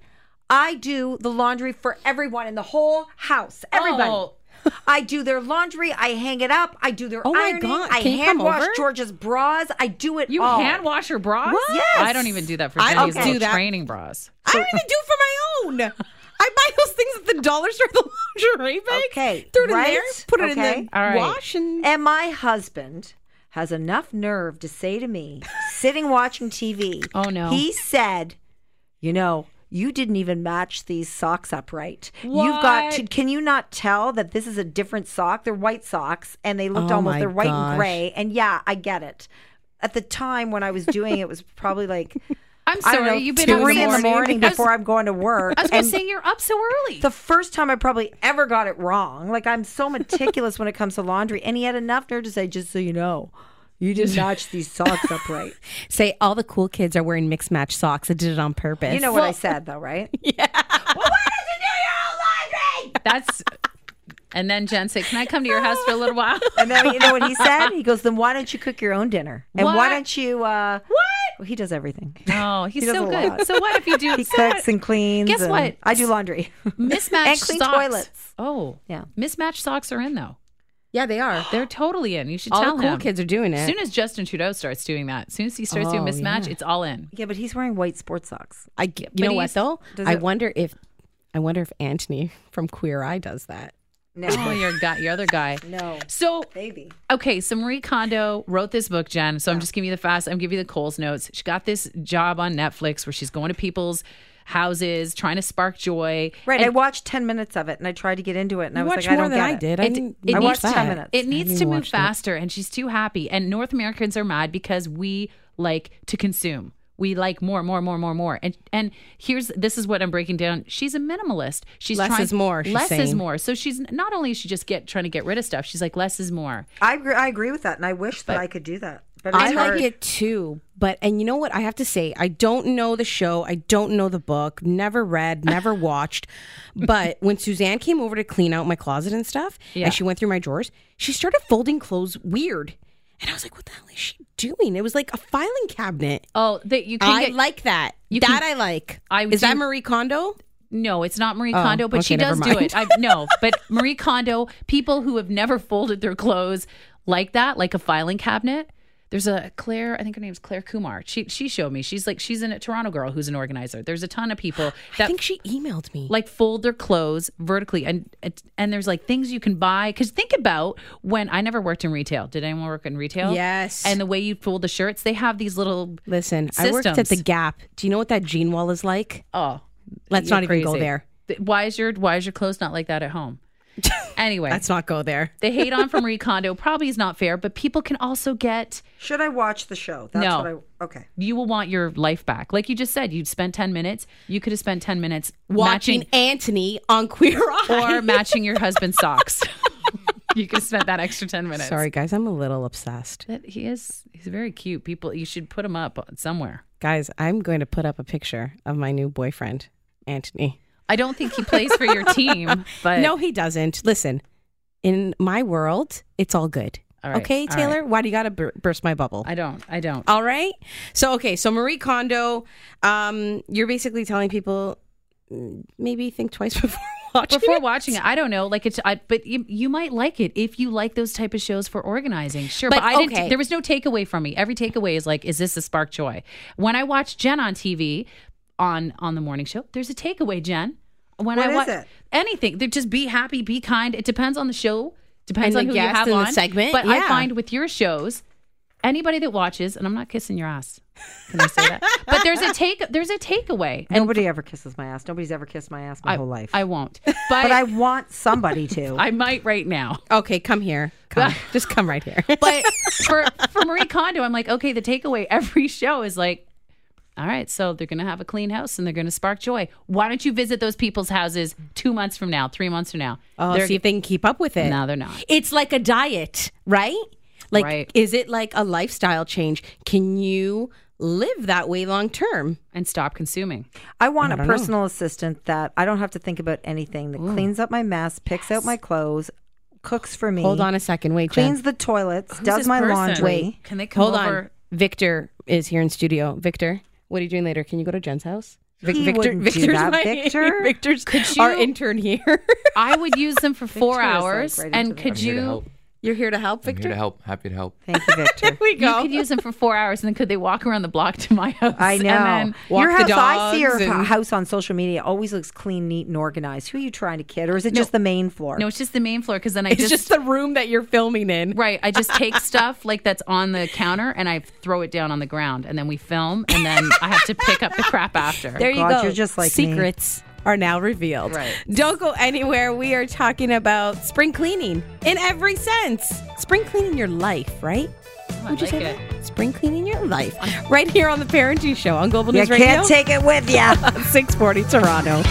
Speaker 3: I do the laundry for everyone in the whole house. Everybody.
Speaker 4: Oh.
Speaker 3: I do their laundry. I hang it up. I do their
Speaker 2: Oh my
Speaker 3: ironing.
Speaker 2: God,
Speaker 3: I
Speaker 2: can you come
Speaker 3: hand wash
Speaker 2: over?
Speaker 3: George's bras. I do it
Speaker 4: You
Speaker 3: all.
Speaker 4: hand wash your bras?
Speaker 3: Oh. What? Yes.
Speaker 4: I don't even do that for
Speaker 2: I don't
Speaker 4: Jenny's little
Speaker 2: do that.
Speaker 4: training bras.
Speaker 2: I don't even do for my own. I buy those things at the dollar store, the lingerie bag.
Speaker 3: Okay,
Speaker 2: throw it in there,
Speaker 3: right?
Speaker 2: put it in
Speaker 3: Okay.
Speaker 2: the
Speaker 4: All right.
Speaker 2: wash, and
Speaker 3: And my husband has enough nerve to say to me, sitting watching TV.
Speaker 4: Oh, no.
Speaker 3: He said, "You know, you didn't even match these socks up right. You've got to.
Speaker 4: What?
Speaker 3: Can you not tell that this is a different sock? They're white socks, and they looked
Speaker 2: Oh, my
Speaker 3: almost. They're white
Speaker 2: gosh.
Speaker 3: and gray. And yeah, I get it. At the time when I was doing it, it was probably like."
Speaker 4: I'm
Speaker 3: I
Speaker 4: sorry.
Speaker 3: don't know,
Speaker 4: You've been
Speaker 3: three
Speaker 4: up
Speaker 3: in the morning
Speaker 4: I was-
Speaker 3: before I'm going to work.
Speaker 4: I was going to
Speaker 3: and-
Speaker 4: say you're up so early.
Speaker 3: the first time I probably ever got it wrong. Like I'm so meticulous when it comes to laundry, and he had enough nerve to say, "Just so you know, you didn't notch these socks up right."
Speaker 2: say all the cool kids are wearing mixed match socks. I did it on purpose.
Speaker 3: You know what I said, though, right?
Speaker 4: That's. And then Jen said, "Can I come to your house for a little while?"
Speaker 3: And then you know what he said? He goes, "Then why don't you cook your own dinner? And
Speaker 4: What?
Speaker 3: why don't you?" Uh, what? He does everything.
Speaker 4: Oh, he's
Speaker 3: He does a
Speaker 4: so good.
Speaker 3: lot.
Speaker 4: So what if you do
Speaker 3: He
Speaker 4: so
Speaker 3: cooks
Speaker 4: what-
Speaker 3: and cleans.
Speaker 4: Guess
Speaker 3: and
Speaker 4: what?
Speaker 3: I do laundry.
Speaker 4: mismatched
Speaker 3: and clean
Speaker 4: socks.
Speaker 3: toilets.
Speaker 4: Oh,
Speaker 3: Yeah.
Speaker 4: Mismatched socks are in though.
Speaker 2: yeah, they are.
Speaker 4: They're totally in. You should
Speaker 2: all
Speaker 4: tell
Speaker 2: the cool
Speaker 4: him.
Speaker 2: kids are doing it.
Speaker 4: As soon as Justin Trudeau starts doing that, as soon as he starts doing
Speaker 2: Oh,
Speaker 4: mismatch,
Speaker 2: yeah.
Speaker 4: it's all in.
Speaker 3: Yeah, but he's wearing white sports socks.
Speaker 2: I, g- you
Speaker 4: But
Speaker 2: know what
Speaker 4: he's-
Speaker 2: though?
Speaker 3: does
Speaker 2: I
Speaker 3: it-
Speaker 2: wonder if I wonder if Anthony from Queer Eye does that.
Speaker 3: No.
Speaker 4: Oh, your guy, your other guy.
Speaker 3: No.
Speaker 4: So
Speaker 3: Baby.
Speaker 4: Okay, so Marie Kondo wrote this book, Jen. So I'm just giving you the fast. I'm giving you the Coles notes. She got this job on Netflix where she's going to people's houses, trying to spark joy.
Speaker 3: Right. I watched 10 minutes of it and I tried to get into it and I
Speaker 2: You
Speaker 3: was
Speaker 2: watched
Speaker 3: like, I
Speaker 2: more
Speaker 3: don't
Speaker 2: than
Speaker 3: get
Speaker 2: I
Speaker 3: it.
Speaker 2: did. I
Speaker 4: It-
Speaker 2: didn't.
Speaker 4: it
Speaker 2: I
Speaker 4: needs
Speaker 2: watched
Speaker 3: to-
Speaker 2: that.
Speaker 3: minutes.
Speaker 4: It needs
Speaker 2: haven't
Speaker 4: to move
Speaker 2: watched it.
Speaker 4: faster, and she's too happy. And North Americans are mad because we like to consume. We like more, more, more, more, more. And and here's this is what I'm breaking down. She's a minimalist. She's
Speaker 2: Less
Speaker 4: trying,
Speaker 2: is more, she's
Speaker 4: less is
Speaker 2: saying.
Speaker 4: more. So she's not only is she just get trying to get rid of stuff. She's like less is more.
Speaker 3: I agree, I agree with that and I wish that I could do that. But
Speaker 2: I
Speaker 3: it's hard.
Speaker 2: like it too, but and you know what I have to say? I don't know the show, I don't know the book, never read, never watched. But when Suzanne came over to clean out my closet and stuff,
Speaker 4: Yeah.
Speaker 2: and she went through my drawers, she started folding clothes weird, and I was like, "What the hell is she doing?" It was like a filing cabinet.
Speaker 4: Oh, that you can
Speaker 2: I
Speaker 4: get,
Speaker 2: like that.
Speaker 4: you
Speaker 2: that
Speaker 4: can-
Speaker 2: I like.
Speaker 4: I
Speaker 2: is that
Speaker 4: do-
Speaker 2: Marie Kondo?
Speaker 4: No, it's not Marie Kondo, but
Speaker 2: Oh, okay,
Speaker 4: she
Speaker 2: never
Speaker 4: does do
Speaker 2: mind.
Speaker 4: it. I no, but Marie Kondo, people who have never folded their clothes like that, like a filing cabinet. There's a Claire, I think her name's Claire Kumar. She she showed me. She's like she's in a Toronto girl who's an organizer. There's a ton of people
Speaker 2: I
Speaker 4: that
Speaker 2: think she emailed me.
Speaker 4: like fold their clothes vertically and and- and there's like things you can buy cuz think about when I never worked in retail. Did anyone work in retail?
Speaker 2: Yes.
Speaker 4: And the way you fold the shirts, they have these little
Speaker 2: Listen, I worked at
Speaker 4: systems.
Speaker 2: the Gap. Do you know what that jean wall is like?
Speaker 4: Oh.
Speaker 2: Let's
Speaker 4: you're
Speaker 2: not even go
Speaker 4: crazy.
Speaker 2: there.
Speaker 4: Th- Why is your why is your clothes not like that at home? Anyway,
Speaker 2: Let's not go there.
Speaker 4: The hate on from Marie Kondo probably is not fair, but people can also get.
Speaker 3: Should I watch the show? That's
Speaker 4: No.
Speaker 3: what I okay.
Speaker 4: You will want your life back, like you just said. You spent ten minutes. You could have spent ten minutes
Speaker 2: Watching Anthony on Queer Eye.
Speaker 4: matching or matching your husband's socks. you could have spent that extra ten minutes.
Speaker 2: Sorry, guys, I'm a little obsessed.
Speaker 4: That- he is. He's very cute. People, you should put him up somewhere.
Speaker 2: Guys, I'm going to put up a picture of my new boyfriend, Anthony.
Speaker 4: I don't think he plays for your team, but
Speaker 2: no, he doesn't. Listen, in my world, it's all good.
Speaker 4: All right,
Speaker 2: Okay,
Speaker 4: all
Speaker 2: Taylor, why do you got to bur- burst my bubble?
Speaker 4: I don't. I don't.
Speaker 2: all right. So, okay, so Marie Kondo, um, you're basically telling people mm, maybe think twice before watching.
Speaker 4: before
Speaker 2: it.
Speaker 4: watching it, I don't know. Like it's, I, but you, you might like it if you like those type of shows for organizing. Sure, but,
Speaker 2: But,
Speaker 4: I didn't.
Speaker 2: okay.
Speaker 4: There was no takeaway from me. Every takeaway is like, is this a spark joy? When I watch Jen on TV, on on the morning show, there's a takeaway, Jen. When
Speaker 3: What
Speaker 4: I
Speaker 3: is
Speaker 4: watch
Speaker 3: it?
Speaker 4: anything, they just be happy, be kind. It depends on the show.
Speaker 2: And
Speaker 4: Depends
Speaker 2: the
Speaker 4: on who you
Speaker 2: guest
Speaker 4: have
Speaker 2: and the
Speaker 4: on.
Speaker 2: segment,
Speaker 4: But I
Speaker 2: yeah.
Speaker 4: find with your shows, anybody that watches, and I'm not kissing your ass. Can I say that? but there's a take. There's a takeaway. And
Speaker 3: Nobody ever kisses my ass. Nobody's ever kissed my ass my
Speaker 4: I,
Speaker 3: whole life.
Speaker 4: I won't.
Speaker 3: but I want somebody to.
Speaker 4: I might right now.
Speaker 2: Okay, come here. Come. Just come right here.
Speaker 4: But for for Marie Kondo, I'm like, okay, the takeaway every show is like, all right, so they're gonna have a clean house and they're gonna spark joy. Why don't you visit those people's houses two months from now, three months from now?
Speaker 2: Oh,
Speaker 4: They're-
Speaker 2: see if they can keep up with it.
Speaker 4: No, they're not.
Speaker 2: It's like a diet, right? Like,
Speaker 4: Right.
Speaker 2: is it like a lifestyle change? Can you live that way long term?
Speaker 4: and stop consuming.
Speaker 3: I want a personal assistant that I don't have to think about anything. That cleans up my mess, picks out my clothes, cooks for me.
Speaker 2: Hold on a second. Wait, Jen.
Speaker 3: Cleans the toilets,
Speaker 4: Who's
Speaker 3: does
Speaker 4: this
Speaker 3: my
Speaker 4: person?
Speaker 3: laundry.
Speaker 4: Can they come
Speaker 2: Hold
Speaker 4: over?
Speaker 2: on. Victor is here in studio. Victor, what are you doing later? Can you go to Jen's house? Vic-
Speaker 3: He
Speaker 2: Victor,
Speaker 3: wouldn't do that, Victor.
Speaker 2: Victor's
Speaker 4: Could
Speaker 2: our
Speaker 4: you-
Speaker 2: intern here.
Speaker 4: I would use them for four
Speaker 3: Victoria's, like,
Speaker 4: hours,
Speaker 3: right into
Speaker 4: and
Speaker 3: the-
Speaker 4: could
Speaker 3: I'm
Speaker 5: here to
Speaker 4: you?
Speaker 5: help.
Speaker 2: You're here to help,
Speaker 5: I'm here
Speaker 2: Victor.
Speaker 5: to help. Happy to help.
Speaker 3: Thank you, Victor.
Speaker 2: we
Speaker 4: You
Speaker 2: go.
Speaker 4: could use them for four hours, and then could they walk around the block to my house?
Speaker 3: I know.
Speaker 4: And then,
Speaker 2: Walk
Speaker 3: your
Speaker 2: the
Speaker 3: house, I see your
Speaker 2: dogs and-
Speaker 3: house on social media always looks clean, neat, and organized. Who are you trying to kid, or is it just the main floor?
Speaker 4: no, it's just the main floor because then I
Speaker 2: It's just the room that you're filming in.
Speaker 4: Right. I just take stuff like that's on the counter and I throw it down on the ground and then we film and then I have to pick up the crap after.
Speaker 2: There you
Speaker 3: God,
Speaker 2: go.
Speaker 3: you're just like me.
Speaker 2: secrets are now revealed.
Speaker 4: Right.
Speaker 2: Don't go anywhere. We are talking about spring cleaning in every sense. Spring cleaning your life, right?
Speaker 3: Oh,
Speaker 4: I
Speaker 2: Would you
Speaker 4: like
Speaker 2: say
Speaker 4: it.
Speaker 2: that? Spring cleaning your life, right here on the Parenting Show on Global
Speaker 3: you
Speaker 2: News Radio,
Speaker 3: can't take it with you.
Speaker 2: 640 Toronto.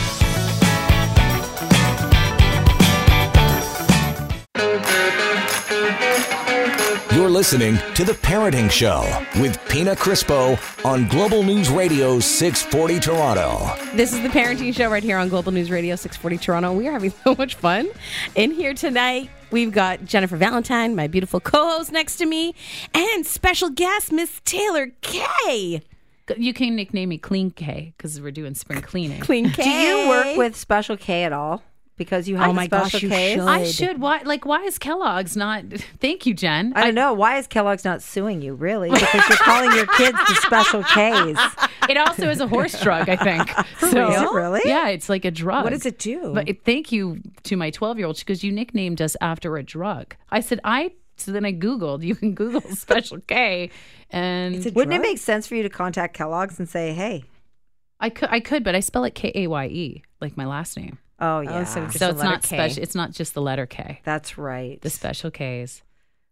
Speaker 1: You're listening to The Parenting Show with Pina Crispo on Global News Radio 640 Toronto.
Speaker 2: This is the Parenting Show right here on Global News Radio 640 Toronto. We are having so much fun in here tonight. We've got Jennifer Valentine, my beautiful co-host, next to me, and special guest Miss Taylor Kay.
Speaker 4: You can nickname me Clean K because we're doing spring cleaning.
Speaker 2: Clean Kay.
Speaker 3: Do you work with Special K at all? Because you have
Speaker 2: Oh my gosh,
Speaker 3: Special
Speaker 2: you
Speaker 3: K.
Speaker 2: should.
Speaker 4: I should. Why? Like, why is Kellogg's not? Thank you, Jen.
Speaker 3: I don't know. Why is Kellogg's not suing you, really? Because you're calling your kids the special Ks.
Speaker 4: It also is a horse drug, I think.
Speaker 3: real? Is it really?
Speaker 4: Yeah, it's like a drug.
Speaker 5: What does it do?
Speaker 4: But it, thank you to my 12 year old. She goes, You nicknamed us after a drug. I said, I. So then I Googled, you can Google Special K. And I
Speaker 3: Wouldn't it make sense for you to contact Kellogg's and say, hey,
Speaker 4: could, I could, but I spell it K A Y E, like my last name.
Speaker 3: oh, yeah.
Speaker 2: so just-
Speaker 4: so
Speaker 2: the
Speaker 4: it's
Speaker 2: letter
Speaker 4: not
Speaker 2: K.
Speaker 4: special. It's not just the letter K.
Speaker 3: That's right.
Speaker 4: The special K's.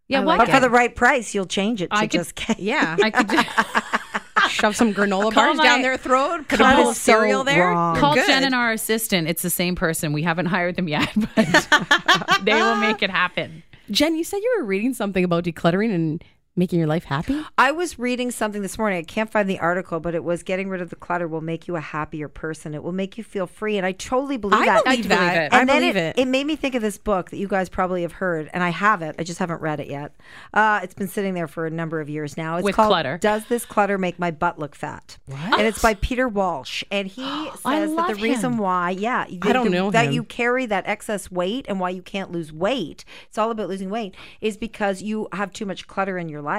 Speaker 4: Yeah,
Speaker 3: but
Speaker 4: why?
Speaker 3: for the right price, you'll change it to
Speaker 4: I could-
Speaker 3: just K.
Speaker 2: Yeah.
Speaker 4: I could just
Speaker 2: Shove some granola
Speaker 4: Call
Speaker 2: bars
Speaker 4: my-
Speaker 2: down their throat. Put a
Speaker 4: Call-
Speaker 2: bowl of
Speaker 4: so
Speaker 2: cereal there.
Speaker 3: wrong.
Speaker 2: You're
Speaker 4: Call
Speaker 2: Oh, good.
Speaker 4: Jen and our assistant. It's the same person. We haven't hired them yet, but they will make it happen.
Speaker 2: Jen, you said you were reading something about decluttering and making your life happy.
Speaker 3: I was reading something this morning. I can't find the article, but it was getting rid of the clutter will make you a happier person. It will make you feel free. And I totally believe that.
Speaker 4: believe that. it.
Speaker 2: I
Speaker 3: and then
Speaker 2: believe it.
Speaker 3: it made me think of this book that you guys probably have heard, and I haven't. I just haven't read it yet. Uh, it's been sitting there for a number of years now. It's
Speaker 4: With
Speaker 3: called
Speaker 4: clutter.
Speaker 3: "Does This Clutter Make My Butt Look Fat?" And it's by Peter Walsh, and he says that the
Speaker 4: love
Speaker 3: reason
Speaker 4: him.
Speaker 3: why, yeah,
Speaker 2: I don't
Speaker 3: the-
Speaker 2: know
Speaker 3: that
Speaker 2: him.
Speaker 3: you carry that excess weight and why you can't lose weight. It's all about losing weight is because you have too much clutter in your life.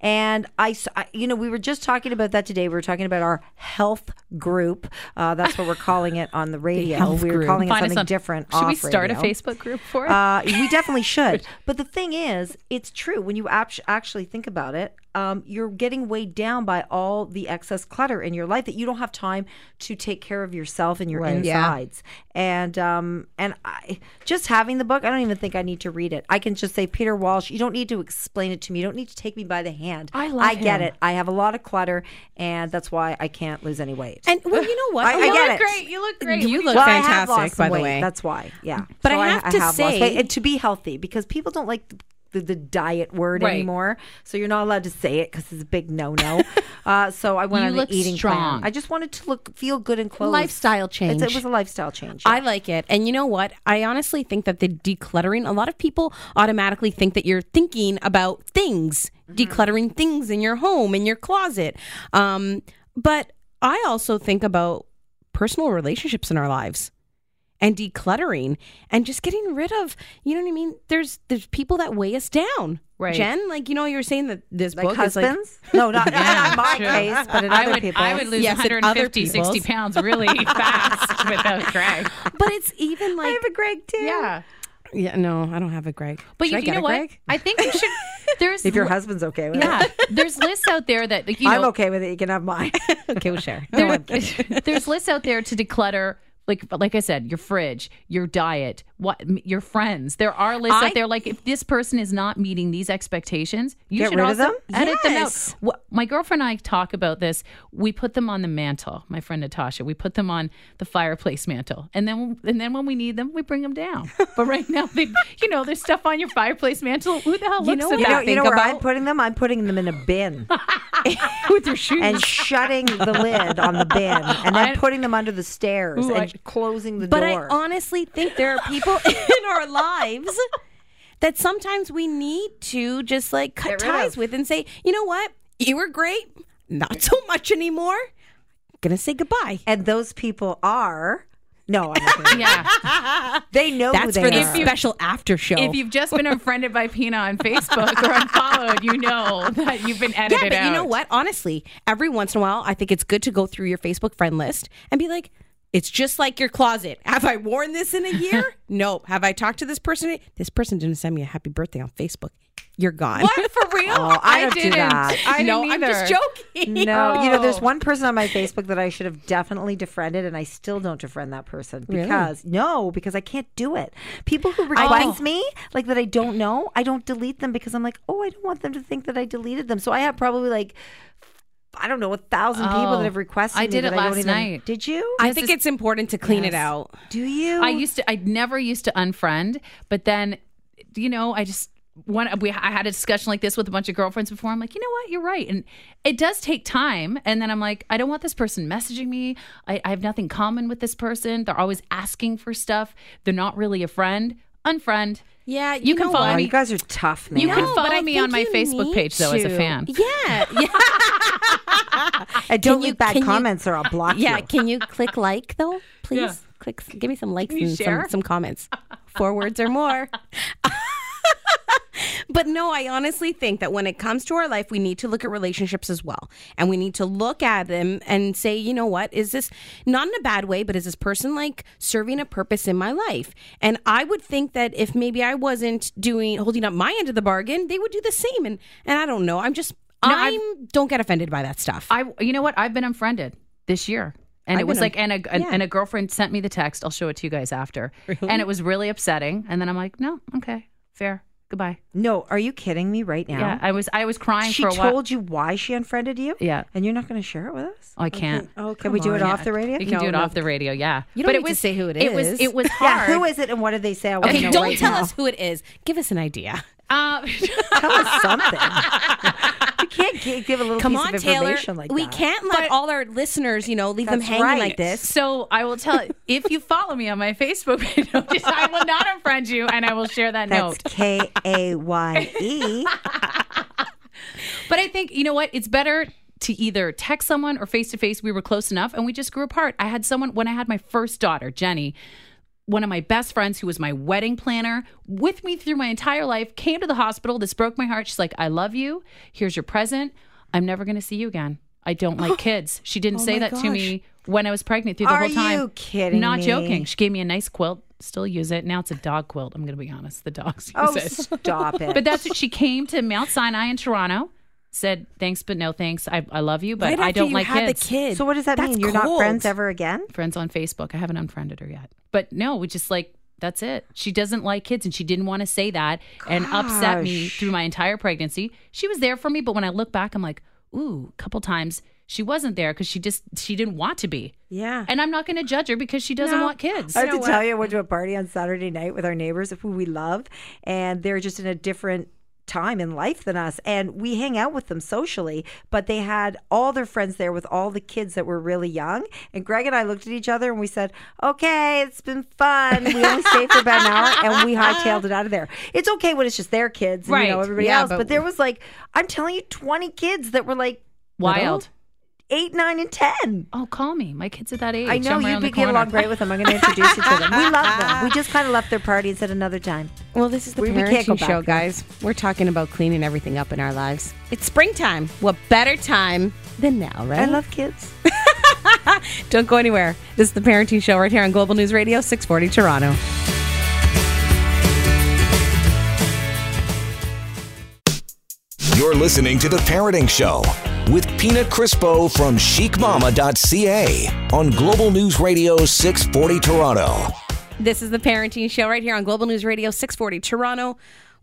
Speaker 3: And I, s- I- you know, we were just talking about that today. We were talking about our health group. Uh, that's what we're calling it on the radio.
Speaker 2: health
Speaker 3: we were
Speaker 2: group.
Speaker 3: calling it
Speaker 4: Find us
Speaker 3: something
Speaker 4: on-
Speaker 3: different.
Speaker 4: Should we
Speaker 3: off
Speaker 4: start
Speaker 3: radio.
Speaker 4: a Facebook group for it?
Speaker 3: Uh, we definitely should. But the thing is, it's true. When you act- actually think about it, um, you're getting weighed down by all the excess clutter in your life that you don't have time to take care of yourself and your insides. And um, and I just having the book, I don't even think I need to read it. I can just say, Peter Walsh, you don't need to explain it to me. You don't need to take me by the hand.
Speaker 4: I love
Speaker 3: I get
Speaker 4: him.
Speaker 3: it. I have a lot of clutter, and that's why I can't lose any weight.
Speaker 2: And well, you know what?
Speaker 3: I-
Speaker 2: A
Speaker 3: I
Speaker 2: lot
Speaker 3: get
Speaker 2: of
Speaker 3: it.
Speaker 4: Great, you look great.
Speaker 2: You
Speaker 4: What do
Speaker 2: look
Speaker 3: Well, I have
Speaker 2: fantastic,
Speaker 3: lost
Speaker 2: by
Speaker 3: some
Speaker 2: the
Speaker 3: weight.
Speaker 2: way.
Speaker 3: That's why. Yeah.
Speaker 2: But I have to
Speaker 3: lost
Speaker 2: say-
Speaker 3: weight. And to be healthy because people don't like the, the, the diet word
Speaker 4: Right.
Speaker 3: anymore. So you're not allowed to say it because it's a big no no. uh, so I went
Speaker 4: You
Speaker 3: on
Speaker 4: look
Speaker 3: an eating plan.
Speaker 4: strong.
Speaker 3: I just wanted to look feel good and clothes.
Speaker 2: Lifestyle
Speaker 3: It's-
Speaker 2: change.
Speaker 3: it was a lifestyle change.
Speaker 2: I like it. And you know what? I honestly think that the decluttering, a lot of people automatically think that you're thinking about things, decluttering things in your home, in your closet. Um, but I also think about personal relationships in our lives and decluttering and just getting rid of, you know what I mean? There's there's people that weigh us down.
Speaker 4: Right.
Speaker 2: Jen, like you know you're saying that this
Speaker 3: like
Speaker 2: book is like
Speaker 3: husbands? no, not, not in my
Speaker 4: sure.
Speaker 3: case, but in
Speaker 4: I
Speaker 3: other
Speaker 4: would,
Speaker 3: people's.
Speaker 4: I would lose
Speaker 2: Yes, in other
Speaker 4: 150, 60
Speaker 2: people's.
Speaker 4: pounds really fast without Greg.
Speaker 2: but it's even
Speaker 3: I
Speaker 2: like
Speaker 3: have a Greg too.
Speaker 4: Yeah.
Speaker 2: Yeah, no, I don't have a Greg.
Speaker 4: But
Speaker 2: Should
Speaker 4: you,
Speaker 2: I
Speaker 4: you
Speaker 2: get
Speaker 4: know
Speaker 2: a
Speaker 4: what?
Speaker 2: Greg?
Speaker 4: I think you should. There's
Speaker 3: If your husband's okay with it.
Speaker 4: yeah, there's lists out there that like, you know,
Speaker 3: I'm okay with it. You can have mine.
Speaker 2: Okay, we'll share.
Speaker 4: there, there's lists out there to declutter like but like i said your fridge your diet what m- your friends there are lists
Speaker 2: I-
Speaker 4: out there like if this person is not meeting these expectations you
Speaker 3: Get
Speaker 4: should
Speaker 3: rid of
Speaker 4: also
Speaker 3: them?
Speaker 4: edit
Speaker 2: Yes.
Speaker 4: them out Wh- my girlfriend and i talk about this we put them on the mantle my friend natasha we put them on the fireplace mantle and then and then when we need them we bring them down but right now they, you know there's stuff on your fireplace mantle who the hell looks
Speaker 2: know
Speaker 4: at
Speaker 2: what?
Speaker 3: You
Speaker 4: that
Speaker 3: know, you know
Speaker 2: Think
Speaker 3: where I'm
Speaker 2: about-
Speaker 3: putting them? I'm putting them in a bin.
Speaker 4: with your shoes
Speaker 3: and shutting the lid on the bin and then
Speaker 4: I-
Speaker 3: putting them under the stairs
Speaker 4: Ooh,
Speaker 3: and
Speaker 4: I-
Speaker 3: closing the
Speaker 2: But
Speaker 3: door.
Speaker 2: I honestly think there are people in our lives that sometimes we need to just like cut
Speaker 3: Get rid
Speaker 2: ties
Speaker 3: of.
Speaker 2: with and say, you know what? You were great, not so much anymore. Gonna say goodbye.
Speaker 3: and those people are no, I'm not kidding.
Speaker 4: yeah
Speaker 3: they know who
Speaker 2: That's
Speaker 3: they
Speaker 2: for the
Speaker 3: are.
Speaker 2: special after show.
Speaker 4: If you've just been unfriended by Pina on Facebook or unfollowed, you know that you've been
Speaker 2: yeah,
Speaker 4: edited
Speaker 2: but you know
Speaker 4: out.
Speaker 2: what? Honestly, every once in a while, I think it's good to go through your Facebook friend list and be like, it's just like your closet. Have I worn this in a year? no. Have I talked to this person? This person didn't send me a happy birthday on Facebook. You're gone.
Speaker 4: What for real?
Speaker 3: Oh, I don't do
Speaker 4: didn't.
Speaker 3: that.
Speaker 4: I
Speaker 2: no,
Speaker 4: didn't
Speaker 2: I'm just
Speaker 4: either.
Speaker 2: joking.
Speaker 3: no, you know, there's
Speaker 4: Oh.
Speaker 3: one person on my Facebook that I should have definitely defriended, and I still don't defriend that person
Speaker 2: Really?
Speaker 3: because no, because I can't do it. People who request me, like that I don't know, I don't delete them because I'm like, oh, I don't want them to think that I deleted them. So I have probably like, I don't know, a thousand people
Speaker 4: Oh,
Speaker 3: that have requested.
Speaker 4: I
Speaker 3: me
Speaker 4: did
Speaker 3: that
Speaker 4: it
Speaker 3: don't
Speaker 4: last
Speaker 3: even-
Speaker 4: night.
Speaker 3: Did you?
Speaker 2: I think it's important to clean it
Speaker 4: Yes.
Speaker 2: out.
Speaker 3: do you?
Speaker 4: I used to. I never used to unfriend, but then, you know, I just one. We I had a discussion like this with a bunch of girlfriends before. I'm like, you know what? You're right, and it does take time. And then I'm like, I don't want this person messaging me. I, I have nothing common with this person. They're always asking for stuff. They're not really a friend. Unfriend.
Speaker 2: Yeah,
Speaker 4: you,
Speaker 2: you
Speaker 4: can
Speaker 2: know
Speaker 4: follow
Speaker 3: Wow,
Speaker 4: me.
Speaker 3: you guys are tough, man.
Speaker 4: You can
Speaker 2: No,
Speaker 4: follow
Speaker 2: but I
Speaker 4: me
Speaker 2: think
Speaker 4: on my
Speaker 2: you
Speaker 4: Facebook
Speaker 2: need
Speaker 4: page, though, as a
Speaker 2: to.
Speaker 4: fan.
Speaker 2: Yeah, yeah,
Speaker 3: And don't
Speaker 2: Can you-
Speaker 3: leave bad
Speaker 2: can you-
Speaker 3: comments or I'll block
Speaker 2: yeah.
Speaker 3: you.
Speaker 2: Can you click like though, please? Click, give me some likes
Speaker 4: you
Speaker 2: and some,
Speaker 4: share?
Speaker 2: some comments. Four words or more. But no, I honestly think that when it comes to our life, we need to look at relationships as well. And we need to look at them and say, you know what, is this not in a bad way, but is this person like serving a purpose in my life? And I would think that if maybe I wasn't doing holding up my end of the bargain, they would do the same. And and I don't know. I'm just
Speaker 4: I've-
Speaker 2: I don't get offended by that stuff.
Speaker 4: I you know what? I've been unfriended this year. And it was
Speaker 2: been
Speaker 4: like, and a, and-
Speaker 2: yeah.
Speaker 4: and a girlfriend sent me the text. I'll show it to you guys after. And it was really upsetting. And then I'm like, no, okay, fair, goodbye.
Speaker 3: No, are you kidding me right now?
Speaker 4: Yeah, I was, I was crying
Speaker 3: she
Speaker 4: for a
Speaker 3: told
Speaker 4: while.
Speaker 3: you why she unfriended you?
Speaker 4: Yeah.
Speaker 3: And you're not going to share it with us?
Speaker 4: Oh, I can't.
Speaker 3: Oh, can we do it off the radio?
Speaker 4: You can do it off the radio. Yeah,
Speaker 2: You don't
Speaker 4: but it
Speaker 2: need to
Speaker 4: was
Speaker 2: say who it
Speaker 4: It was
Speaker 2: is.
Speaker 4: it was
Speaker 3: Yeah,
Speaker 4: hard.
Speaker 3: who is it and what did they say? I wanna
Speaker 2: okay,
Speaker 3: know
Speaker 2: don't
Speaker 3: right
Speaker 2: tell
Speaker 3: now.
Speaker 2: us who it is. Give us an idea.
Speaker 4: Uh,
Speaker 3: Tell us something. you can't gi- give a little
Speaker 2: Come
Speaker 3: piece
Speaker 2: on,
Speaker 3: of
Speaker 2: Taylor.
Speaker 3: information like
Speaker 2: we
Speaker 3: that.
Speaker 2: can't let all our listeners, you know, leave them
Speaker 3: That's
Speaker 2: hanging
Speaker 3: right.
Speaker 2: like this.
Speaker 4: so I will tell if you follow me on my Facebook page, notice I will not unfriend you, and I will share that
Speaker 3: That's
Speaker 4: note.
Speaker 3: K A Y E.
Speaker 4: But I think you know what? It's better to either text someone or face to face. We were close enough, and we just grew apart. I had someone when I had my first daughter, Jenny. One of my best friends, who was my wedding planner with me through my entire life, came to the hospital. This broke my heart. She's like, "I love you. Here's your present. I'm never going to see you again. I don't like kids." She didn't say
Speaker 3: Oh my
Speaker 4: that to me when I was pregnant through the
Speaker 3: Are
Speaker 4: whole time.
Speaker 3: you kidding
Speaker 4: Not
Speaker 3: me?
Speaker 4: joking. She gave me a nice quilt. Still use it. Now it's a dog quilt. I'm going to be honest. The dogs use
Speaker 3: Oh,
Speaker 4: it.
Speaker 3: stop it.
Speaker 4: But that's what she came to Mount Sinai in Toronto. Said thanks, but no thanks. I, I love you, but
Speaker 2: Right
Speaker 4: I
Speaker 2: after
Speaker 4: don't
Speaker 2: you
Speaker 4: like
Speaker 2: had
Speaker 4: kids.
Speaker 2: the kid.
Speaker 3: so what does that
Speaker 2: That's
Speaker 3: mean? You're not
Speaker 2: cold.
Speaker 3: friends ever again?
Speaker 4: Friends on Facebook. I haven't unfriended her yet. But no, we just like that's it. She doesn't like kids, and she didn't want to say that, and upset me
Speaker 3: Gosh.
Speaker 4: through my entire pregnancy. She was there for me, but when I look back, I'm like, ooh, a couple times she wasn't there because she just she didn't want to be.
Speaker 3: Yeah.
Speaker 4: And I'm not going to judge her because she doesn't want kids.
Speaker 3: I have to tell you, I went to a party on Saturday night with our neighbors who we love, and they're just in a different time in life than us. And we hang out with them socially, but they had all their friends there with all the kids that were really young. And Greg and I looked at each other and we said, Okay, it's been fun. We only stayed for about an hour and we hightailed it out of there. It's okay when it's just their kids and you know
Speaker 4: Right.
Speaker 3: everybody
Speaker 4: Yeah,
Speaker 3: else. But,
Speaker 4: but-
Speaker 3: there was like, I'm telling you, twenty kids that were like
Speaker 4: Wild.
Speaker 3: eight, nine, and ten.
Speaker 4: Oh, call me. My kids at that age.
Speaker 3: I know
Speaker 4: I'm
Speaker 3: you'd
Speaker 4: around
Speaker 3: be
Speaker 4: the
Speaker 3: getting
Speaker 4: corner.
Speaker 3: along great with them. I'm going to introduce you to them. We love them. We just kind of left their party and said another time.
Speaker 2: Well, this is the
Speaker 3: We- we can't go
Speaker 2: parenting
Speaker 3: back
Speaker 2: show,
Speaker 3: to that.
Speaker 2: guys. We're talking about cleaning everything up in our lives. It's springtime. What better time than now, right?
Speaker 3: I love kids.
Speaker 2: Don't go anywhere. This is the parenting show right here on Global News Radio 640 Toronto.
Speaker 1: You're listening to The Parenting Show with Pina Crispo from chicmama.ca on Global News Radio 640 Toronto.
Speaker 2: This is the parenting show right here on Global News Radio 640 Toronto.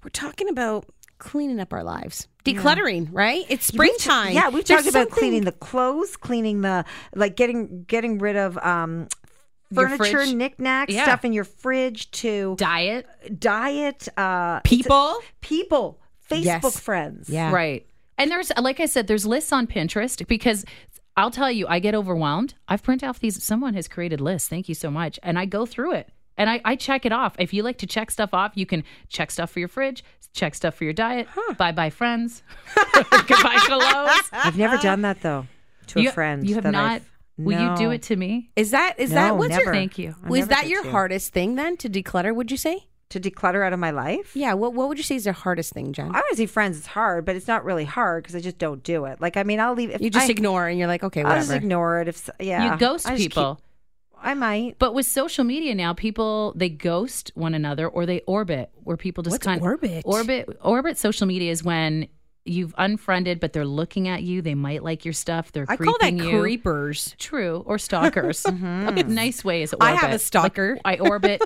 Speaker 2: We're talking about cleaning up our lives, decluttering, right? It's springtime.
Speaker 3: Yeah, we've
Speaker 2: There's
Speaker 3: talked about
Speaker 2: something-
Speaker 3: cleaning the clothes, cleaning the like getting getting rid of um
Speaker 4: Your
Speaker 3: furniture,
Speaker 4: fridge.
Speaker 3: knickknacks,
Speaker 4: Yeah.
Speaker 3: stuff in your fridge to
Speaker 4: Diet.
Speaker 3: diet, uh it's-
Speaker 2: people.
Speaker 3: people, Facebook
Speaker 2: Yes.
Speaker 3: friends.
Speaker 2: Yeah.
Speaker 4: Right. And there's, like I said, there's lists on Pinterest because I'll tell you, I get overwhelmed. I've printed off these, someone has created lists. Thank you so much. And I go through it and I, I check it off. If you like to check stuff off, you can check stuff for your fridge, check stuff for your diet, bye bye friends, goodbye clothes.
Speaker 3: I've never done that though to
Speaker 4: you,
Speaker 3: a friend.
Speaker 4: You have
Speaker 3: that
Speaker 4: not.
Speaker 3: I've-
Speaker 4: Will you
Speaker 3: No.
Speaker 4: do it to me?
Speaker 2: Is that is that
Speaker 3: No,
Speaker 2: what's
Speaker 3: never.
Speaker 2: your
Speaker 4: Thank you.
Speaker 3: I
Speaker 2: Was
Speaker 3: never
Speaker 2: that
Speaker 3: did
Speaker 2: your
Speaker 3: too.
Speaker 2: hardest thing then to declutter, would you say?
Speaker 3: to declutter out of my life?
Speaker 2: Yeah, what what would you say is your hardest thing, Jen?
Speaker 3: I want to see friends. It's hard, but it's not really hard because I just don't do it. Like, I mean, I'll leave. If
Speaker 2: you just
Speaker 3: I,
Speaker 2: ignore and you're like, okay,
Speaker 3: I'll just
Speaker 2: whatever.
Speaker 3: ignore it. If s- yeah,
Speaker 4: you ghost
Speaker 3: I just keep-
Speaker 4: people.
Speaker 3: I might.
Speaker 4: But with social media now, people they ghost one another or they orbit, where people just
Speaker 2: What's
Speaker 4: kind of
Speaker 2: orbit?
Speaker 4: orbit orbit. Social media is when you've unfriended, but they're looking at you. They might like your stuff. They're
Speaker 2: I call that
Speaker 4: creeping you.
Speaker 2: creepers.
Speaker 4: True or stalkers. A nice way is orbit.
Speaker 2: Mm-hmm. I have a stalker.
Speaker 4: Like, I orbit.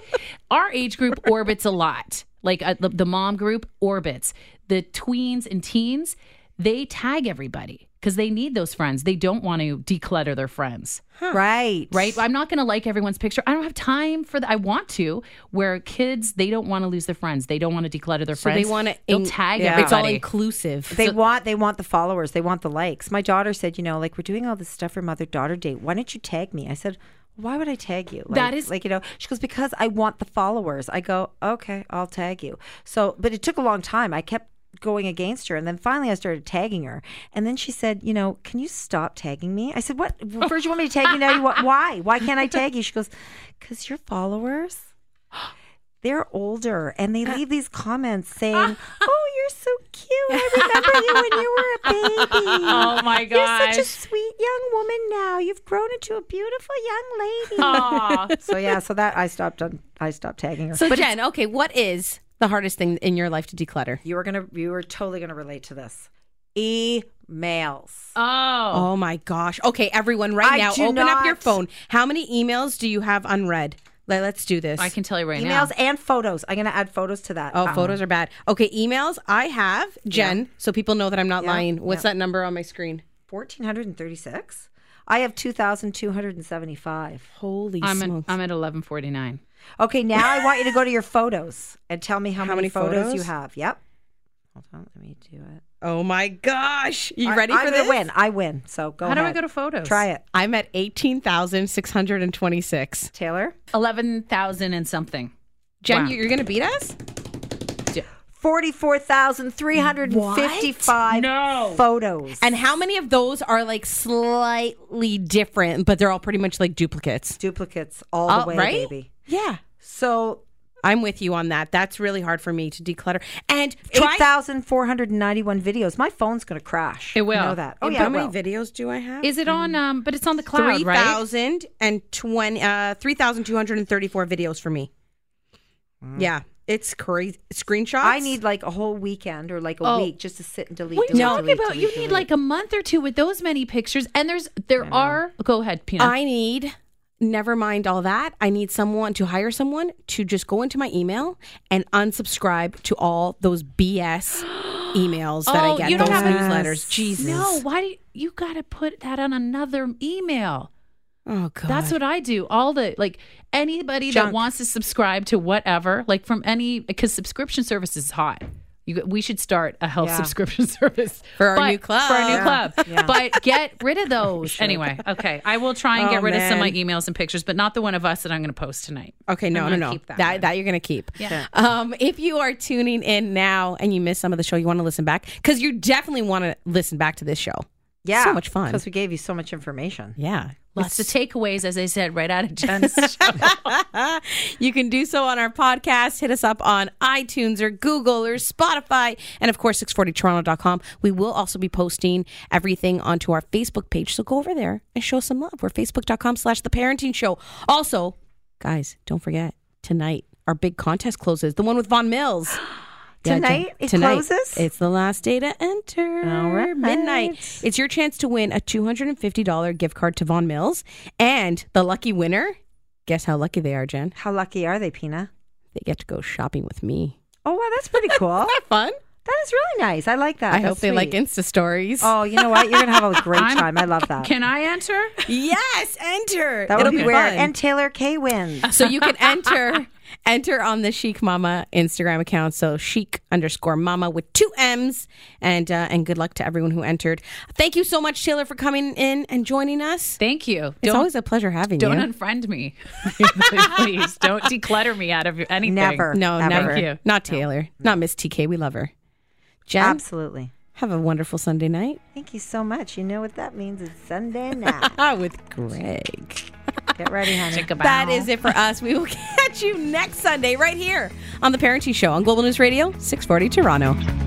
Speaker 4: Our age group orbits a lot. Like uh, the, the mom group orbits. The tweens and teens, they tag everybody because they need those friends. They don't want to declutter their friends
Speaker 3: Right.
Speaker 4: right? I'm not going to like everyone's picture. I don't have time for that. I want to. Where kids, they don't want to lose their friends. They don't want to declutter their
Speaker 2: So
Speaker 4: friends.
Speaker 2: they want to
Speaker 4: They'll tag
Speaker 3: yeah.
Speaker 4: everybody.
Speaker 2: It's all inclusive.
Speaker 3: They want they want the followers. They want the likes. My daughter said, you know, like we're doing all this stuff for mother daughter date. Why don't you tag me? I said, why would I tag you? Like,
Speaker 4: That is-
Speaker 3: like you know. She goes because I want the followers. I go okay, I'll tag you. So, but it took a long time. I kept going against her, and then finally I started tagging her. And then she said, you know, can you stop tagging me? I said, what? First you want me to tag you now? You want why? Why can't I tag you? She goes, because your
Speaker 4: Uh,
Speaker 3: followers. They're older and they leave these comments saying, Oh, you're so cute. I remember you when you were a baby.
Speaker 4: Oh, my
Speaker 3: You're such a
Speaker 4: gosh.
Speaker 3: sweet young woman now. You've grown into a beautiful young lady.
Speaker 4: Aw.
Speaker 3: So yeah, so that I stopped on I stopped tagging her.
Speaker 2: So Jen, okay, what is the hardest thing in your life to declutter?
Speaker 3: you are gonna you are totally gonna relate to this. Emails.
Speaker 4: Oh.
Speaker 2: Oh my gosh. Okay, everyone, right
Speaker 3: I
Speaker 2: now,
Speaker 3: do
Speaker 2: open up your
Speaker 3: not-
Speaker 2: phone. How many emails do you have unread? Let, us do this.
Speaker 4: I can tell you right
Speaker 3: Emails
Speaker 4: now.
Speaker 3: and photos. I'm gonna add photos to that.
Speaker 2: Oh,
Speaker 3: Um,
Speaker 2: photos are bad. Okay, emails I have, Jen, so people know that I'm not lying. What's that number on my screen?
Speaker 3: 1436 i have 2275
Speaker 2: Holy
Speaker 4: I'm at,
Speaker 2: smokes.
Speaker 4: I'm at 11:49.
Speaker 3: okay now i want you to go to your photos and tell me how,
Speaker 2: How many
Speaker 3: many, photos? you
Speaker 2: photos?
Speaker 3: have yep hold on let me do it
Speaker 2: oh my gosh. You ready
Speaker 3: I,
Speaker 2: for
Speaker 3: am
Speaker 2: this?
Speaker 3: gonna win i win so go
Speaker 4: How do I
Speaker 3: ahead.
Speaker 4: go to photos?
Speaker 3: try it
Speaker 2: I'm at 18,626.
Speaker 3: taylor
Speaker 4: 11,000 and something.
Speaker 2: Jen,
Speaker 4: Wow.
Speaker 2: you, you're going to beat us?
Speaker 3: 44355
Speaker 4: No.
Speaker 3: photos
Speaker 2: And how many of those are like slightly different, but they're all pretty much like duplicates?
Speaker 3: duplicates all
Speaker 2: All
Speaker 3: the way
Speaker 2: right?
Speaker 3: baby
Speaker 2: Yeah.
Speaker 3: so
Speaker 2: I'm with you on that. That's really hard for me to declutter. And try
Speaker 3: 8491 videos my phonene's gonna crash
Speaker 4: It will.
Speaker 3: you know that oh yeah
Speaker 2: how
Speaker 3: it
Speaker 2: many
Speaker 3: will.
Speaker 2: videos do I have?
Speaker 4: Is it on um but it's on the cloud,
Speaker 2: Three
Speaker 4: right?
Speaker 2: thousand and twenty, uh, three thousand two hundred and thirty-four videos for me.
Speaker 4: Mm.
Speaker 2: Yeah, it's crazy. Screenshots.
Speaker 3: I need like a whole weekend or like a
Speaker 4: Oh.
Speaker 3: week just to sit and delete.
Speaker 4: What are you
Speaker 3: delete,
Speaker 4: talking
Speaker 3: delete,
Speaker 4: about?
Speaker 3: delete,
Speaker 4: You
Speaker 3: delete.
Speaker 4: need like a month or two with those many pictures and there's there are Go ahead, Peanut.
Speaker 2: I need. Never mind all that. I need someone to hire someone to just go into my email and unsubscribe to all those BS emails that I
Speaker 4: Oh,
Speaker 2: get.
Speaker 4: you don't
Speaker 2: those
Speaker 4: have a-
Speaker 2: newsletters. Jesus.
Speaker 4: No, why do you, you got to put that on another email?
Speaker 2: Oh god.
Speaker 4: That's what I do. All the like anybody that
Speaker 3: Junk.
Speaker 4: wants to subscribe to whatever, like from any because subscription service is hot. You, we should start a health
Speaker 3: Yeah.
Speaker 4: subscription service
Speaker 2: For our
Speaker 4: But-
Speaker 2: new club.
Speaker 4: For our new
Speaker 2: Yeah.
Speaker 4: club, but get rid of those anyway. Okay, I will try and
Speaker 2: Oh,
Speaker 4: get rid of some of my
Speaker 2: man.
Speaker 4: emails and pictures, but not the one of us that I'm going to post tonight.
Speaker 2: Okay, no, no,
Speaker 4: I'm gonna
Speaker 2: no.
Speaker 4: keep that
Speaker 2: that
Speaker 4: one.
Speaker 2: that you're gonna keep.
Speaker 4: Yeah.
Speaker 2: Um, if you are tuning in now and you missed some of the show, you want to listen back because you definitely want to listen back to this show.
Speaker 3: yeah,
Speaker 2: so much fun.
Speaker 3: because we gave you so much information.
Speaker 2: Yeah,
Speaker 4: Lots of takeaways, as I said, right out of Jen's.
Speaker 2: You can do so on our podcast. Hit us up on iTunes or Google or Spotify. And of course, 640toronto.com. We will also be posting everything onto our Facebook page. So go over there and show some love. We're facebook.com slash the parenting show. Also, guys, don't forget tonight, our big contest closes the one with Von Mills. Jen-
Speaker 3: Tonight it closes?
Speaker 2: It's the last day to enter.
Speaker 3: All right.
Speaker 2: Midnight. It's your chance to win a $250 gift card to Von Mills. And the lucky winner, guess how lucky they are, Jen?
Speaker 3: How lucky are they, Pina?
Speaker 2: they get to go shopping with me.
Speaker 3: Oh wow, that's pretty cool.
Speaker 2: Isn't that fun?
Speaker 3: that is really nice. I like that.
Speaker 2: I
Speaker 3: That's
Speaker 2: hope they like
Speaker 3: sweet.
Speaker 2: Insta stories.
Speaker 3: Oh, you know what? You're gonna have a great
Speaker 4: I'm-
Speaker 3: time. I love that.
Speaker 4: Can I enter?
Speaker 2: Yes, enter.
Speaker 3: that would
Speaker 2: It'll
Speaker 3: be, weird.
Speaker 2: fun.
Speaker 3: And Taylor K wins.
Speaker 2: so you can enter enter on the Chic Mama Instagram account. So Chic underscore Mama with two M's. And uh, and good luck to everyone who entered. Thank you so much, Taylor, for coming in and joining us.
Speaker 4: Thank you.
Speaker 2: It's
Speaker 4: Don't
Speaker 2: always a pleasure having
Speaker 4: don't
Speaker 2: you.
Speaker 4: unfriend me, please. Don't declutter me out of anything.
Speaker 3: Never.
Speaker 2: no,
Speaker 3: Ever.
Speaker 2: never.
Speaker 4: Thank you.
Speaker 2: Not Taylor. Not Miss TK. We love her. Jen,
Speaker 3: Absolutely.
Speaker 2: have a wonderful Sunday night.
Speaker 3: Thank you so much. You know what that means? It's Sunday night.
Speaker 2: Ah, with Greg.
Speaker 3: Get ready, honey.
Speaker 4: Think about
Speaker 2: That is it for us. We will catch you next Sunday right here on The Parenting Show on Global News Radio, 640 Toronto.